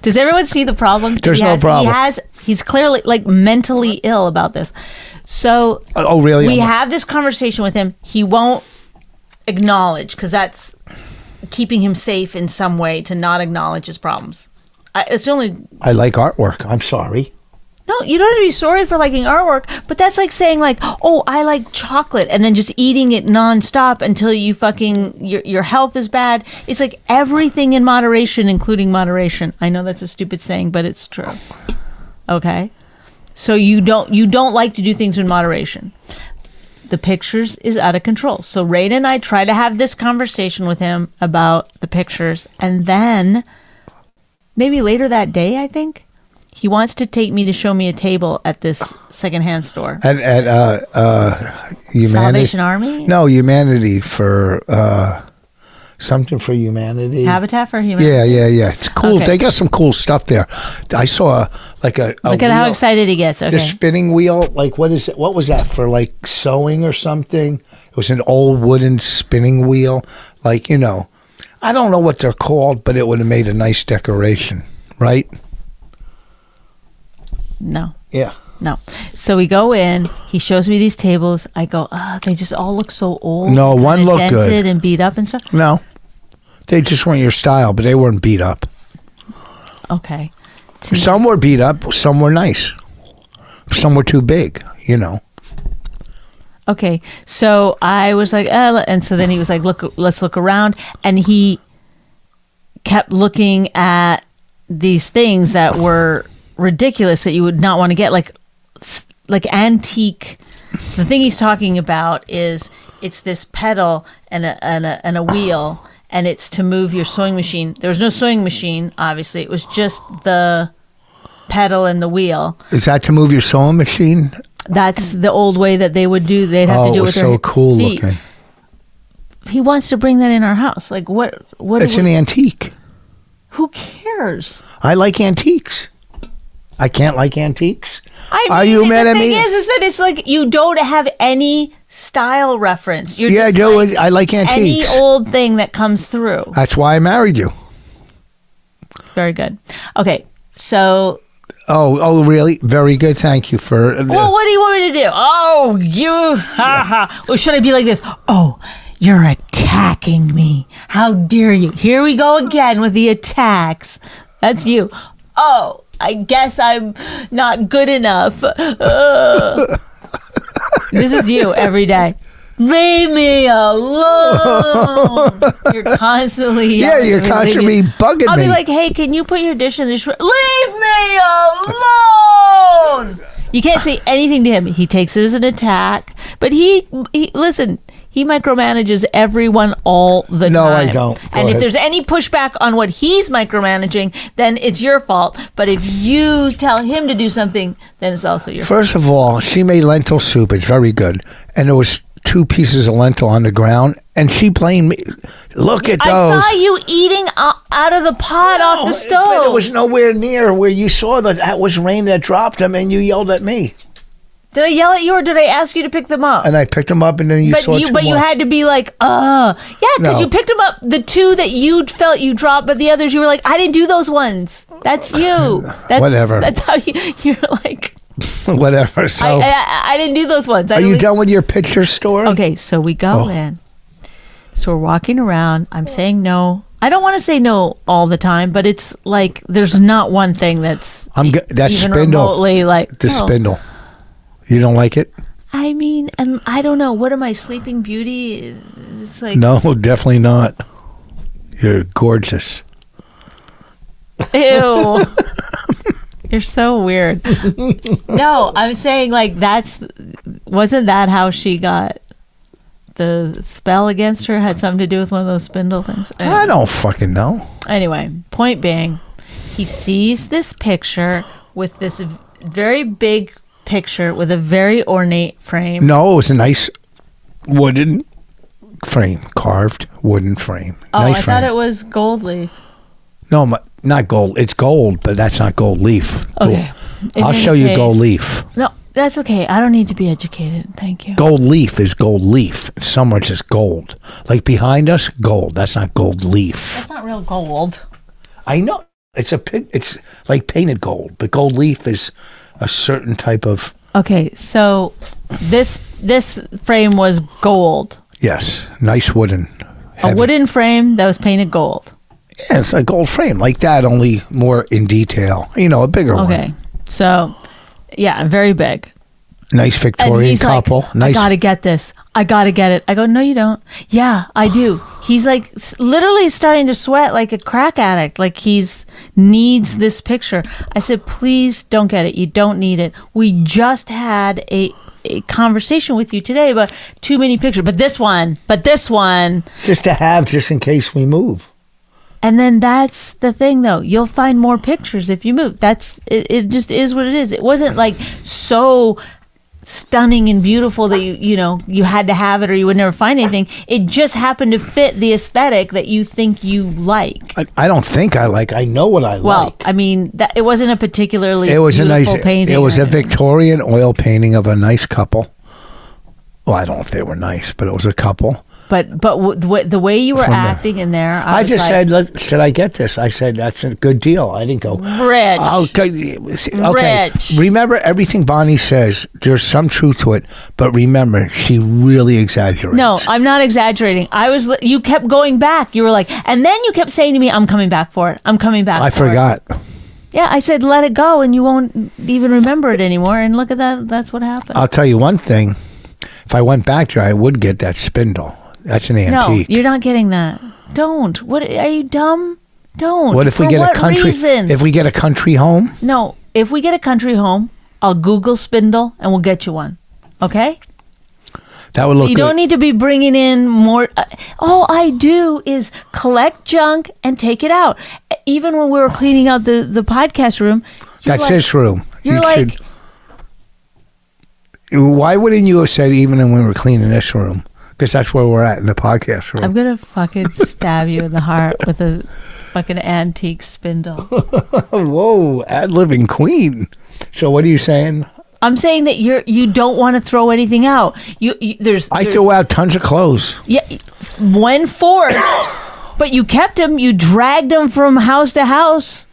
[SPEAKER 3] Does everyone see the problem?
[SPEAKER 2] There's
[SPEAKER 3] He
[SPEAKER 2] no
[SPEAKER 3] has-
[SPEAKER 2] problem.
[SPEAKER 3] He has. He's clearly like mentally ill about this. So
[SPEAKER 2] Oh, really?
[SPEAKER 3] we have this conversation with him. He won't acknowledge because that's keeping him safe in some way to not acknowledge his problems. I, it's the only
[SPEAKER 2] I like artwork. I'm sorry.
[SPEAKER 3] No, you don't have to be sorry for liking artwork, but that's like saying like, "Oh, I like chocolate," and then just eating it nonstop until you fucking your your health is bad. It's like everything in moderation, including moderation. I know that's a stupid saying, but it's true. Okay, so you don't you don't like to do things in moderation. The pictures is out of control. So Raiden and I try to have this conversation with him about the pictures, and then maybe later that day, I think. He wants to take me to show me a table at this secondhand store.
[SPEAKER 2] And at uh, uh, humanity.
[SPEAKER 3] Salvation Army?
[SPEAKER 2] No, humanity for uh, something for humanity.
[SPEAKER 3] Habitat for Humanity.
[SPEAKER 2] yeah, yeah, yeah. It's cool.
[SPEAKER 3] Okay.
[SPEAKER 2] They got some cool stuff there. I saw like a, a
[SPEAKER 3] Look at how
[SPEAKER 2] wheel-
[SPEAKER 3] excited he gets. Okay.
[SPEAKER 2] the spinning wheel. Like what is it? What was that for? Like sewing or something? It was an old wooden spinning wheel. Like you know, I don't know what they're called, but it would have made a nice decoration, right?
[SPEAKER 3] no.
[SPEAKER 2] Yeah.
[SPEAKER 3] No. So we go in, he shows me these tables. I go, ah, they just all look so old.
[SPEAKER 2] No,
[SPEAKER 3] and
[SPEAKER 2] one
[SPEAKER 3] kinda
[SPEAKER 2] looked good.
[SPEAKER 3] dented and beat up and stuff.
[SPEAKER 2] No, they just weren't your style, but they weren't beat up.
[SPEAKER 3] Okay. To me-
[SPEAKER 2] Some were beat up. Some were nice. Some were too big. You know.
[SPEAKER 3] Okay. So I was like, uh, and so then he was like, look, let's look around. And he kept looking at these things that were ridiculous that you would not want to get, like, s- like antique. The thing he's talking about is it's this pedal and a, and a, and a wheel, and it's to move your sewing machine. There was no sewing machine, obviously. It was just the pedal and the wheel.
[SPEAKER 2] Is that to move your sewing machine?
[SPEAKER 3] That's the old way that they would do. They'd have
[SPEAKER 2] oh,
[SPEAKER 3] to do
[SPEAKER 2] it
[SPEAKER 3] it
[SPEAKER 2] was
[SPEAKER 3] with
[SPEAKER 2] so
[SPEAKER 3] their
[SPEAKER 2] cool
[SPEAKER 3] feet.
[SPEAKER 2] looking.
[SPEAKER 3] He wants to bring that in our house. Like what? What?
[SPEAKER 2] It's
[SPEAKER 3] do
[SPEAKER 2] an
[SPEAKER 3] we-
[SPEAKER 2] antique.
[SPEAKER 3] who cares?
[SPEAKER 2] I like antiques. I can't like antiques.
[SPEAKER 3] I
[SPEAKER 2] Are you
[SPEAKER 3] the
[SPEAKER 2] mad at
[SPEAKER 3] thing
[SPEAKER 2] me?
[SPEAKER 3] Is, is that it's like you don't have any style reference. You're
[SPEAKER 2] yeah, I
[SPEAKER 3] just
[SPEAKER 2] do.
[SPEAKER 3] like
[SPEAKER 2] I like
[SPEAKER 3] any
[SPEAKER 2] antiques.
[SPEAKER 3] old thing that comes through.
[SPEAKER 2] That's why I married you.
[SPEAKER 3] Very good. Okay, so
[SPEAKER 2] Oh, oh, really? Very good. Thank you for. Uh,
[SPEAKER 3] well, what do you want me to do? Oh, you, ha ha. Or should I be like this? Oh, you're attacking me. How dare you? Here we go again with the attacks. That's you. Oh, I guess I'm not good enough. Ugh. this is you every day. Leave me alone. You're constantly
[SPEAKER 2] yeah,
[SPEAKER 3] yelling
[SPEAKER 2] you're
[SPEAKER 3] at me, leave me-
[SPEAKER 2] constantly bugging
[SPEAKER 3] I'll
[SPEAKER 2] me.
[SPEAKER 3] be like, hey, can you put your dish in the shredder? Leave me alone! You can't say anything to him. He takes it as an attack, but he, he listen. He micromanages everyone all the
[SPEAKER 2] No, I
[SPEAKER 3] time.
[SPEAKER 2] don't. Go
[SPEAKER 3] and
[SPEAKER 2] ahead.
[SPEAKER 3] if there's any pushback on what he's micromanaging, then it's your fault. But if you tell him to do something, then it's also your fault.
[SPEAKER 2] First of all, she made lentil soup. It's very good, and there was two pieces of lentil on the ground, and she blamed me. Look at
[SPEAKER 3] I
[SPEAKER 2] those.
[SPEAKER 3] saw you eating o- out of the pot off the
[SPEAKER 2] No,
[SPEAKER 3] stove.
[SPEAKER 2] But it was nowhere near where you saw that that was rain that dropped them, and you yelled at me.
[SPEAKER 3] did I yell at you or did I ask you to pick them up?
[SPEAKER 2] And I picked them up, and then you
[SPEAKER 3] but
[SPEAKER 2] saw
[SPEAKER 3] you
[SPEAKER 2] two
[SPEAKER 3] but you
[SPEAKER 2] more.
[SPEAKER 3] had to be like uh yeah because
[SPEAKER 2] No.
[SPEAKER 3] you picked them up the two that you felt you dropped but the others you were like i didn't do those ones
[SPEAKER 2] <sighs>
[SPEAKER 3] that's you that's
[SPEAKER 2] Whatever.
[SPEAKER 3] that's how you <laughs> you're like
[SPEAKER 2] <laughs> whatever. So,
[SPEAKER 3] I, I i didn't do those ones I
[SPEAKER 2] Oh. are you
[SPEAKER 3] only-
[SPEAKER 2] done with your picture story?
[SPEAKER 3] okay so we go
[SPEAKER 2] Oh.
[SPEAKER 3] in so we're walking around i'm saying no i don't want to say no all the time but it's like there's not one thing that's
[SPEAKER 2] I'm g- that
[SPEAKER 3] even
[SPEAKER 2] spindle.
[SPEAKER 3] remotely like
[SPEAKER 2] The
[SPEAKER 3] oh.
[SPEAKER 2] spindle. You don't like it?
[SPEAKER 3] i mean and i don't know what am i sleeping beauty it's like
[SPEAKER 2] No, <laughs> definitely not. You're gorgeous.
[SPEAKER 3] Ew. You're so weird. No, I'm saying like that's wasn't that how she got the spell against her had something to do with one of those spindle things.
[SPEAKER 2] I don't fucking know.
[SPEAKER 3] Anyway, point being, he sees this picture with this very big picture with a very ornate frame.
[SPEAKER 2] No, it was a nice wooden frame, carved wooden frame.
[SPEAKER 3] oh,
[SPEAKER 2] nice
[SPEAKER 3] I
[SPEAKER 2] frame.
[SPEAKER 3] thought it was gold leaf.
[SPEAKER 2] no, my, not gold. It's gold, but that's not gold leaf.
[SPEAKER 3] Okay. In
[SPEAKER 2] I'll
[SPEAKER 3] any
[SPEAKER 2] show you gold
[SPEAKER 3] case-
[SPEAKER 2] leaf.
[SPEAKER 3] No, that's okay. I don't need to be educated. Thank you.
[SPEAKER 2] Gold leaf is gold leaf. Somewhere just gold. Like behind us, gold. That's not gold leaf.
[SPEAKER 3] That's not real gold.
[SPEAKER 2] I know. It's a pin- it's like painted gold, but gold leaf is a certain type of
[SPEAKER 3] Okay, so this this frame was gold,
[SPEAKER 2] yes, nice wooden.
[SPEAKER 3] a
[SPEAKER 2] heavy.
[SPEAKER 3] wooden frame that was painted gold.
[SPEAKER 2] Yeah, it's a gold frame like that, only more in detail. You know, a bigger
[SPEAKER 3] Okay,
[SPEAKER 2] one.
[SPEAKER 3] so yeah, very big.
[SPEAKER 2] Nice Victorian couple.
[SPEAKER 3] like, I
[SPEAKER 2] nice.
[SPEAKER 3] gotta get this. I gotta get it. I go, no, you don't. Yeah, I
[SPEAKER 2] <sighs>
[SPEAKER 3] do. He's like s- literally starting to sweat like a crack addict. Like he's needs this picture. I said, please don't get it. You don't need it. We just had a, a conversation with you today about too many pictures, but this one, but this one.
[SPEAKER 2] just to have, just in case we move.
[SPEAKER 3] And then that's the thing, though. You'll find more pictures if you move. That's it. it just is what it is. It wasn't like so stunning and beautiful that you you know you had to have it or you would never find anything. It just happened to fit the aesthetic that you think you like.
[SPEAKER 2] I, I don't think I like. I know what I
[SPEAKER 3] Well,
[SPEAKER 2] like.
[SPEAKER 3] I mean, that it wasn't a particularly
[SPEAKER 2] It was a nice.
[SPEAKER 3] beautiful painting.
[SPEAKER 2] it was
[SPEAKER 3] or
[SPEAKER 2] a
[SPEAKER 3] anything.
[SPEAKER 2] Victorian oil painting of a nice couple. Well, I don't know if they were nice, but it was a couple.
[SPEAKER 3] But but w- the way- the way you were
[SPEAKER 2] From the-
[SPEAKER 3] acting in there, I,
[SPEAKER 2] I,
[SPEAKER 3] was
[SPEAKER 2] just
[SPEAKER 3] like,
[SPEAKER 2] said, Let, "Should I get this?" I said, "That's a good deal." I didn't go. "Oh,
[SPEAKER 3] rich.
[SPEAKER 2] Okay. okay.
[SPEAKER 3] Rich.
[SPEAKER 2] Remember everything Bonnie says. There's some truth to it, but remember she really exaggerates.
[SPEAKER 3] No,
[SPEAKER 2] <laughs>
[SPEAKER 3] I'm not exaggerating. I was. li- You kept going back. You were like, and then you kept saying to me, "I'm coming back for it. I'm coming back."
[SPEAKER 2] I
[SPEAKER 3] for it."
[SPEAKER 2] forgot.
[SPEAKER 3] Yeah, I said, "Let it go," and you won't even remember it anymore. And look at that. That's what happened.
[SPEAKER 2] I'll tell you one thing. If I went back there, I would get that spindle. That's an
[SPEAKER 3] no,
[SPEAKER 2] antique.
[SPEAKER 3] you're not getting that. Don't. What are you dumb? Don't.
[SPEAKER 2] what if we
[SPEAKER 3] For
[SPEAKER 2] get
[SPEAKER 3] what
[SPEAKER 2] a country?
[SPEAKER 3] Reason?
[SPEAKER 2] If we get a country home,
[SPEAKER 3] no, if we get a country home, I'll Google spindle and we'll get you one. Okay.
[SPEAKER 2] That would look
[SPEAKER 3] You
[SPEAKER 2] good.
[SPEAKER 3] don't need to be bringing in more. uh, all I do is collect junk and take it out. Even when we were cleaning out the, the podcast room, you're
[SPEAKER 2] That's
[SPEAKER 3] like-
[SPEAKER 2] his room.
[SPEAKER 3] You're
[SPEAKER 2] You
[SPEAKER 3] like,
[SPEAKER 2] should- Why wouldn't you have said even when we were cleaning this room? Because that's where we're at in the podcast room.
[SPEAKER 3] I'm gonna fucking stab you in the heart with a fucking antique spindle.
[SPEAKER 2] Whoa, ad living queen. So what are you saying?
[SPEAKER 3] I'm saying that you're you don't want to throw anything out. You, you there's,
[SPEAKER 2] I
[SPEAKER 3] there's-
[SPEAKER 2] threw out tons of clothes.
[SPEAKER 3] yeah, when forced, but you kept them. You dragged them from house to house,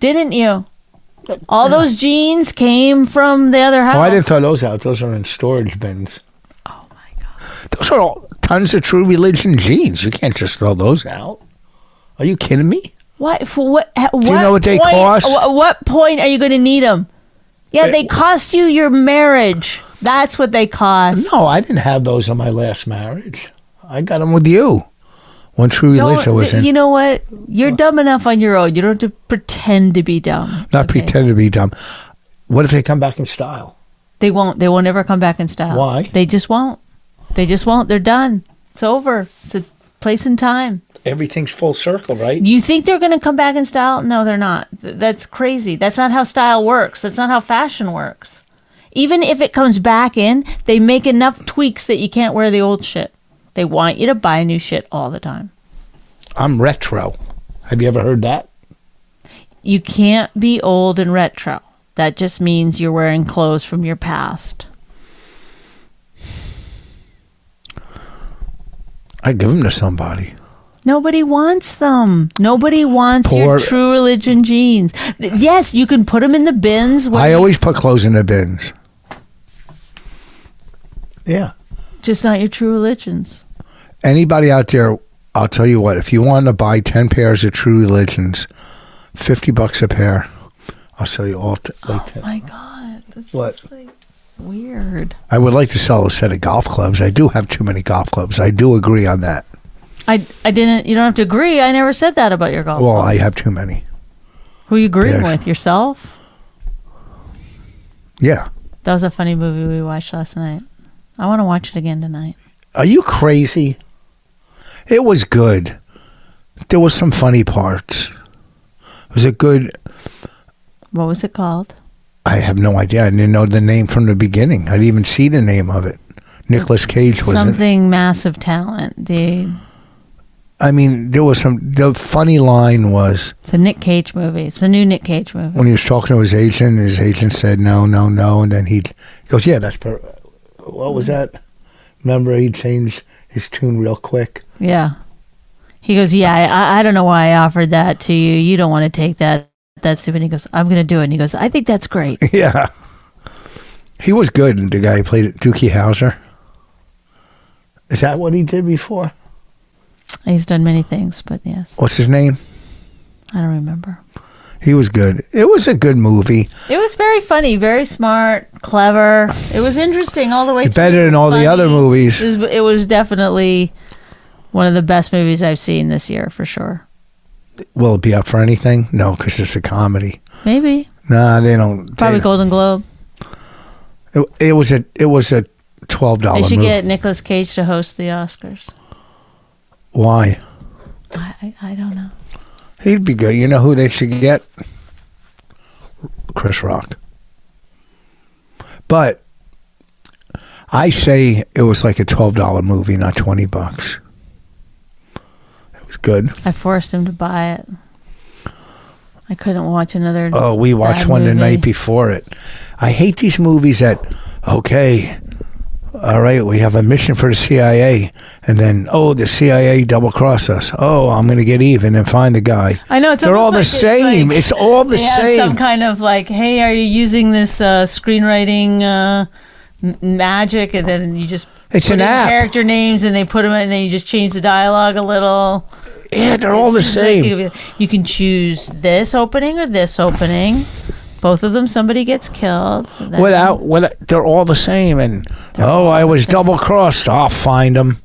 [SPEAKER 3] didn't you? All those jeans came from the other house.
[SPEAKER 2] Oh, I didn't throw those out. Those are in storage bins. Oh my god. Those are all tons of true religion jeans. You can't just throw those out. Are you kidding me?
[SPEAKER 3] What? For what? At what
[SPEAKER 2] you know what they
[SPEAKER 3] point,
[SPEAKER 2] cost?
[SPEAKER 3] wh- What point are you going to need them? Yeah, they cost you your marriage. That's what they cost.
[SPEAKER 2] No, I didn't have those in my last marriage. I got them with you. When true
[SPEAKER 3] Don't-
[SPEAKER 2] religion was in.
[SPEAKER 3] you know what? You're dumb enough on your own. You don't have to pretend to be dumb.
[SPEAKER 2] Not
[SPEAKER 3] okay?
[SPEAKER 2] pretend to be dumb. What if they come back in style?
[SPEAKER 3] They won't. They won't ever come back in style.
[SPEAKER 2] Why?
[SPEAKER 3] They just won't. They just won't. They're done. It's over. It's a place and time.
[SPEAKER 2] Everything's full circle, right?
[SPEAKER 3] You think they're going to come back in style? No, they're not. Th- That's crazy. That's not how style works. That's not how fashion works. Even if it comes back in, they make enough tweaks that you can't wear the old shit. They want you to buy new shit all the time.
[SPEAKER 2] I'm retro. Have you ever heard that?
[SPEAKER 3] You can't be old and retro. That just means you're wearing clothes from your past.
[SPEAKER 2] I give them to somebody.
[SPEAKER 3] Nobody wants them. Nobody wants your
[SPEAKER 2] Poor-
[SPEAKER 3] true religion jeans. Th- Yes, you can put them in the bins. When
[SPEAKER 2] I
[SPEAKER 3] you-
[SPEAKER 2] always put clothes in the bins. Yeah.
[SPEAKER 3] just not your true religions.
[SPEAKER 2] Anybody out there, I'll tell you what, if you want to buy 10 pairs of True Religions, 50 bucks a pair, I'll sell you all. T- like
[SPEAKER 3] Oh my god, that's
[SPEAKER 2] What?
[SPEAKER 3] like weird.
[SPEAKER 2] I would like to sell a set of golf clubs. I do have too many golf clubs. I do agree on that.
[SPEAKER 3] I, I didn't. You don't have to agree. I never said that about your golf.
[SPEAKER 2] Well, I have too many.
[SPEAKER 3] Who are you agreeing
[SPEAKER 2] Yes.
[SPEAKER 3] with? Yourself?
[SPEAKER 2] Yeah.
[SPEAKER 3] That was a funny movie we watched last night. I want to watch it again tonight.
[SPEAKER 2] Are you crazy? It was good. There was some funny parts. It was a good
[SPEAKER 3] What was it called?
[SPEAKER 2] I have no idea. I didn't know the name from the beginning. I didn't even see the name of it. Nicolas Cage was in it.
[SPEAKER 3] Something massive talent. The
[SPEAKER 2] I mean, there was some. The funny line was
[SPEAKER 3] the Nick Cage movie. It's the new Nick Cage movie.
[SPEAKER 2] when he was talking to his agent, and his agent said, "No, no, no," and then he goes, "Yeah, that's per- what was that?" Remember, he changed his tune real quick.
[SPEAKER 3] Yeah. He goes, yeah. I- I, I don't know why I offered that to you. You don't want to take that. That's stupid. And he goes, I'm gonna do it. And he goes, I think
[SPEAKER 2] <laughs>
[SPEAKER 3] that's great.
[SPEAKER 2] yeah, he was good. The guy who played it, Dookie Howser. Is that what he did before?
[SPEAKER 3] He's done many things, but yes,
[SPEAKER 2] What's his name?
[SPEAKER 3] I don't remember.
[SPEAKER 2] He was good. It was a good movie.
[SPEAKER 3] It was very funny, very smart, clever. It was interesting all the way. through.
[SPEAKER 2] Better than all the other
[SPEAKER 3] Funny.
[SPEAKER 2] movies.
[SPEAKER 3] It was, it was definitely one of the best movies I've seen this year for sure.
[SPEAKER 2] Will it be up for anything? No, because it's a comedy.
[SPEAKER 3] Maybe
[SPEAKER 2] Nah, they don't.
[SPEAKER 3] probably
[SPEAKER 2] they-
[SPEAKER 3] Golden Globe.
[SPEAKER 2] It, it was a it was a twelve dollar
[SPEAKER 3] They
[SPEAKER 2] movie.
[SPEAKER 3] should get Nicolas Cage to host the Oscars.
[SPEAKER 2] Why?
[SPEAKER 3] I I, I don't know.
[SPEAKER 2] He'd be good. You know who they should get? Chris Rock. But I say it was like a twelve dollar movie, not twenty bucks. It was good.
[SPEAKER 3] I forced him to buy it. I couldn't watch another.
[SPEAKER 2] Oh, we watched
[SPEAKER 3] bad
[SPEAKER 2] one the
[SPEAKER 3] movie.
[SPEAKER 2] night before it. I hate these movies that, okay, all right, we have a mission for the CIA, and then, oh, the CIA double cross us. Oh, I'm going to get even and find the guy.
[SPEAKER 3] I know it's
[SPEAKER 2] They're
[SPEAKER 3] almost
[SPEAKER 2] all the
[SPEAKER 3] like it's
[SPEAKER 2] same.
[SPEAKER 3] like-
[SPEAKER 2] It's, all the
[SPEAKER 3] they have
[SPEAKER 2] same.
[SPEAKER 3] some kind of like, hey, are you using this uh, screenwriting uh, m- magic? And then you just
[SPEAKER 2] It's
[SPEAKER 3] put
[SPEAKER 2] an
[SPEAKER 3] in
[SPEAKER 2] app.
[SPEAKER 3] character names, and they put them, in, and then you just change the dialogue a little.
[SPEAKER 2] yeah, they're all the
[SPEAKER 3] It's like
[SPEAKER 2] same.
[SPEAKER 3] you- You can choose this opening or this opening. Both of them, somebody gets killed. so then-
[SPEAKER 2] Without, without, they're all the same. And oh, I was double crossed. I'll find them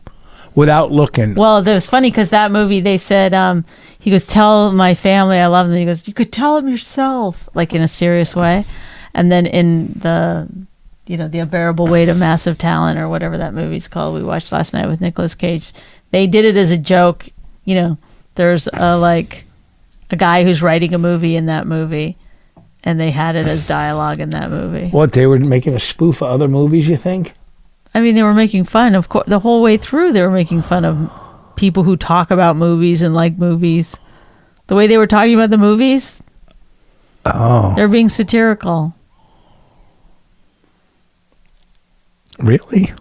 [SPEAKER 2] without looking.
[SPEAKER 3] Well, that was funny because that movie they said um, he goes, "Tell my family I love them." He goes, "You could tell them yourself," like in a serious way, and then in the you know, the unbearable weight of massive talent or whatever that movie's called we watched last night with Nicolas Cage. They did it as a joke. You know, there's a like a guy who's writing a movie in that movie, and they had it as dialogue in that movie.
[SPEAKER 2] What they were making a spoof of other movies? You think?
[SPEAKER 3] I mean, they were making fun of course the whole way through. They were making fun of people who talk about movies and like movies. The way they were talking about the movies,
[SPEAKER 2] Oh,
[SPEAKER 3] they're being satirical.
[SPEAKER 2] really?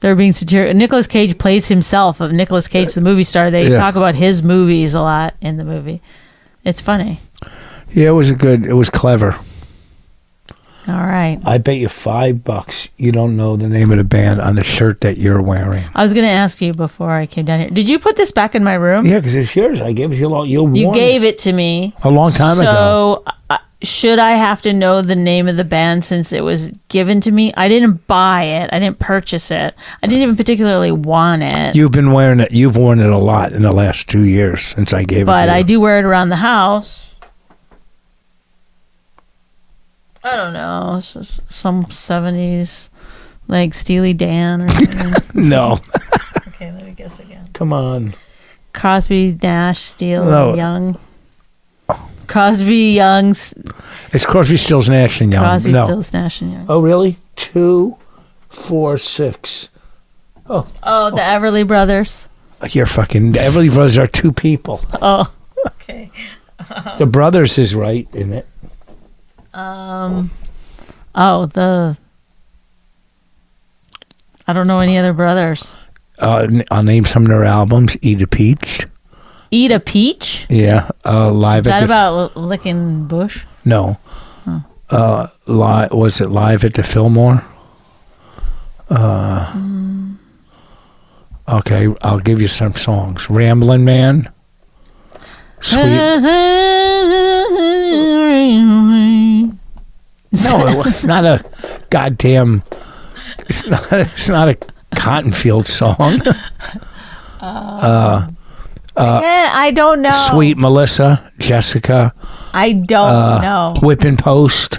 [SPEAKER 3] They're being satirical. Nicolas Cage plays himself. Of Nicolas Cage, the movie star, they
[SPEAKER 2] Yeah.
[SPEAKER 3] talk about his movies a lot in the movie. It's funny.
[SPEAKER 2] Yeah, it was a good. It was clever.
[SPEAKER 3] All right.
[SPEAKER 2] I bet you five bucks you don't know the name of the band on the shirt that you're wearing.
[SPEAKER 3] I was going to ask you before I came down here. Did you put this back in my room?
[SPEAKER 2] Yeah, because it's yours. I gave it to you. a long- You,
[SPEAKER 3] You
[SPEAKER 2] won
[SPEAKER 3] gave it to me.
[SPEAKER 2] a long time ago.
[SPEAKER 3] so, uh, should I have to know the name of the band since it was given to me? I didn't buy it. I didn't purchase it. I didn't even particularly want it.
[SPEAKER 2] You've been wearing it. You've worn it a lot in the last two years since I gave it.
[SPEAKER 3] but
[SPEAKER 2] to <laughs>
[SPEAKER 3] I
[SPEAKER 2] you.
[SPEAKER 3] do wear it around the house. I don't know, it's just some '70s, like Steely Dan
[SPEAKER 2] <laughs>
[SPEAKER 3] or something.
[SPEAKER 2] No,
[SPEAKER 3] okay, let me guess again.
[SPEAKER 2] come on.
[SPEAKER 3] Crosby, Nash, Steele,
[SPEAKER 2] No. Oh.
[SPEAKER 3] Young. Crosby, Young, S-
[SPEAKER 2] It's Crosby, Stills, Nash and Young.
[SPEAKER 3] Crosby,
[SPEAKER 2] no.
[SPEAKER 3] Stills, Nash, and Young.
[SPEAKER 2] Oh, really? Two, four, six.
[SPEAKER 3] Oh, the Everly Brothers.
[SPEAKER 2] You're fucking. The Everly Brothers are two people.
[SPEAKER 3] Oh, okay.
[SPEAKER 2] The brothers is right in it.
[SPEAKER 3] Um, oh the. I don't know any other brothers.
[SPEAKER 2] Uh, n- I'll name some of their albums. Eat a Peach.
[SPEAKER 3] Eat a peach.
[SPEAKER 2] Yeah. Uh, live
[SPEAKER 3] Is
[SPEAKER 2] at
[SPEAKER 3] that
[SPEAKER 2] the
[SPEAKER 3] about Oh. l- licking bush?
[SPEAKER 2] No. Uh, li- was it live at the Fillmore? Uh, okay, I'll give you some songs. Ramblin' Man.
[SPEAKER 3] <laughs>
[SPEAKER 2] Sweet. no, it's not a goddamn. It's not. It's not a Cottonfield song.
[SPEAKER 3] Oh. Eh, I don't know.
[SPEAKER 2] Uh, Sweet uh, Melissa, Jessica,
[SPEAKER 3] I don't know.
[SPEAKER 2] Whipping Post.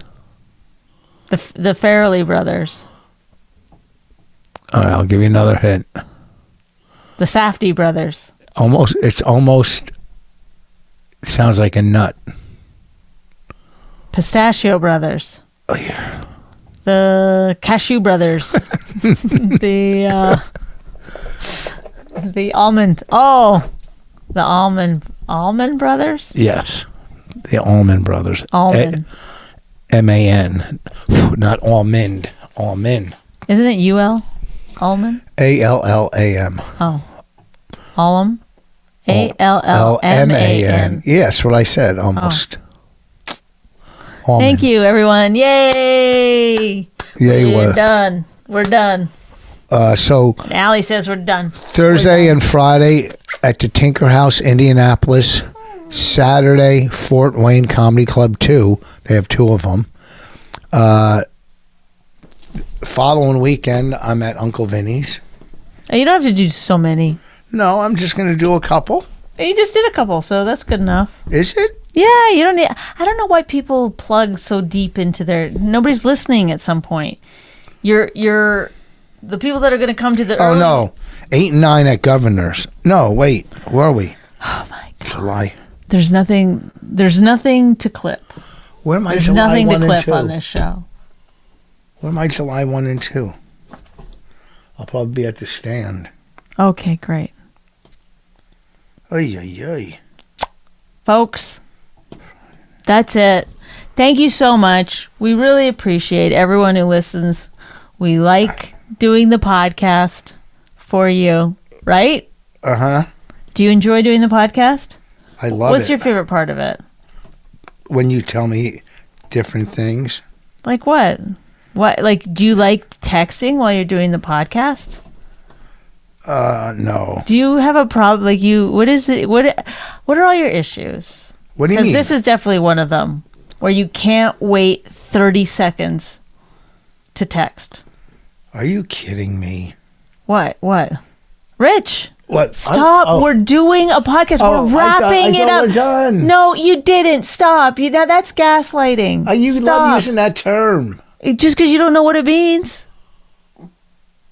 [SPEAKER 3] The F- the Farrelly brothers,
[SPEAKER 2] All right, I'll give you another hint.
[SPEAKER 3] the Safdie brothers.
[SPEAKER 2] Almost. It's almost. Sounds like a nut.
[SPEAKER 3] Pistachio brothers.
[SPEAKER 2] Oh yeah.
[SPEAKER 3] The Cashew <laughs> brothers. the uh, the almond. Oh, the almond almond brothers.
[SPEAKER 2] Yes. The Allman Brothers.
[SPEAKER 3] Almond.
[SPEAKER 2] M A N. Not Almond. Almond.
[SPEAKER 3] Isn't it U L? Almond.
[SPEAKER 2] A L L A M.
[SPEAKER 3] Oh, alum. A L L M A N.
[SPEAKER 2] Yes, what I said almost. Almond.
[SPEAKER 3] Oh. Thank you, everyone. Yay!
[SPEAKER 2] Yeah, you
[SPEAKER 3] we're
[SPEAKER 2] were.
[SPEAKER 3] done. We're done.
[SPEAKER 2] Uh, so
[SPEAKER 3] And Allie says we're done.
[SPEAKER 2] Thursday and Friday at the Tinker House, Indianapolis. Saturday, Fort Wayne Comedy Club 2. They have two of them. Uh, following weekend, I'm at Uncle Vinny's.
[SPEAKER 3] Oh, You don't have to do so many.
[SPEAKER 2] No, I'm just going to do a couple.
[SPEAKER 3] You just did a couple, so that's good enough.
[SPEAKER 2] Is it?
[SPEAKER 3] Yeah, you don't need. I don't know why people plug so deep into their. Nobody's listening at some point. You're you're the people that are going to come to the.
[SPEAKER 2] Oh
[SPEAKER 3] early-
[SPEAKER 2] no, eight and nine at Governors. No, wait, where are we? Oh my God, July.
[SPEAKER 3] There's nothing. There's nothing to clip.
[SPEAKER 2] Where am I?
[SPEAKER 3] There's
[SPEAKER 2] July
[SPEAKER 3] nothing to
[SPEAKER 2] one and
[SPEAKER 3] clip
[SPEAKER 2] two?
[SPEAKER 3] on this show.
[SPEAKER 2] Where am I? July one and two. I'll probably be at the stand.
[SPEAKER 3] Okay, great,
[SPEAKER 2] Ay ay ay.
[SPEAKER 3] folks. That's it. Thank you so much. We really appreciate everyone who listens. We like doing the podcast for you, right?
[SPEAKER 2] Uh huh.
[SPEAKER 3] Do you enjoy doing the podcast?
[SPEAKER 2] I love
[SPEAKER 3] What's
[SPEAKER 2] it
[SPEAKER 3] your favorite part of it?
[SPEAKER 2] when you tell me different things.
[SPEAKER 3] Like what? What like do you like texting while you're doing the podcast?
[SPEAKER 2] Uh no.
[SPEAKER 3] Do you have a problem like you what is it what what are all your issues?
[SPEAKER 2] What do you
[SPEAKER 3] Cuz
[SPEAKER 2] mean?
[SPEAKER 3] this is definitely one of them where you can't wait 30 seconds to text.
[SPEAKER 2] are you kidding me?
[SPEAKER 3] What? What? Rich,
[SPEAKER 2] What?
[SPEAKER 3] Stop.
[SPEAKER 2] I'm- oh,
[SPEAKER 3] We're doing a podcast.
[SPEAKER 2] Oh, I
[SPEAKER 3] we're
[SPEAKER 2] thought- I
[SPEAKER 3] wrapping
[SPEAKER 2] thought
[SPEAKER 3] it up.
[SPEAKER 2] we're done.
[SPEAKER 3] No, you didn't. Stop. You that, that's gaslighting.
[SPEAKER 2] Uh, you love
[SPEAKER 3] Stop.
[SPEAKER 2] using that term.
[SPEAKER 3] Just because you don't know what it means.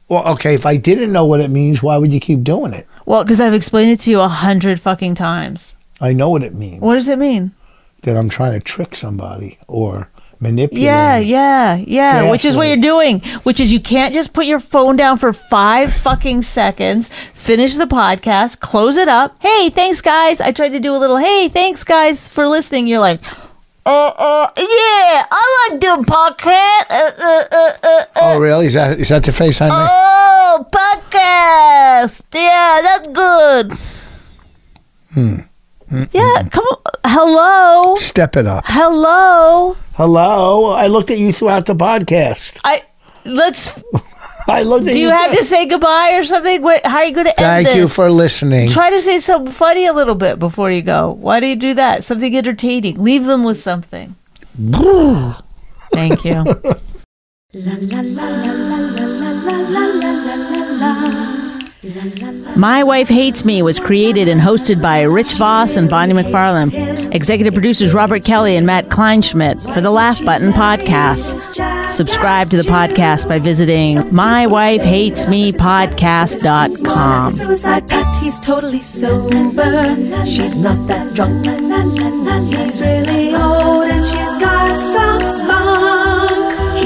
[SPEAKER 2] Well, okay. If I didn't know what it means, why would you keep doing it?
[SPEAKER 3] Well, because I've explained it to you a hundred fucking times.
[SPEAKER 2] I know what it means.
[SPEAKER 3] What does it mean?
[SPEAKER 2] That I'm trying to trick somebody or manipulate.
[SPEAKER 3] Yeah, yeah, yeah.
[SPEAKER 2] Yeah,
[SPEAKER 3] which is what
[SPEAKER 2] sure.
[SPEAKER 3] you're doing. Which is you can't just put your phone down for five <laughs> fucking seconds, finish the podcast, close it up. Hey, thanks guys. I tried to do a little. Hey, thanks guys for listening. You're like, uh, uh, yeah, I like doing podcast. Uh, uh, uh, uh, uh,
[SPEAKER 2] Oh, really? Is that is that the face I make?
[SPEAKER 3] oh, podcast. Yeah, that's good. Yeah, come on. Hello,
[SPEAKER 2] Step it up.
[SPEAKER 3] hello.
[SPEAKER 2] Hello. I looked at you throughout the podcast.
[SPEAKER 3] I let's
[SPEAKER 2] I looked at
[SPEAKER 3] Do
[SPEAKER 2] you.
[SPEAKER 3] you have
[SPEAKER 2] throughout-
[SPEAKER 3] to say goodbye or something? What, how are you going to end
[SPEAKER 2] Thank
[SPEAKER 3] this?
[SPEAKER 2] you for listening.
[SPEAKER 3] Try to say something funny a little bit before you go. Why do you do that? Something entertaining. Leave them with something. Thank you. My Wife Hates Me was created and hosted by Rich Voss and Bonnie McFarlane. Executive producers Robert Kelly and Matt Kleinschmidt for the Laugh Button podcast. Subscribe to the podcast by visiting mywifehatesmepodcast.com.
[SPEAKER 1] Suicide pact, he's totally sober. She's not that drunk. He's really old and she's got some spunk.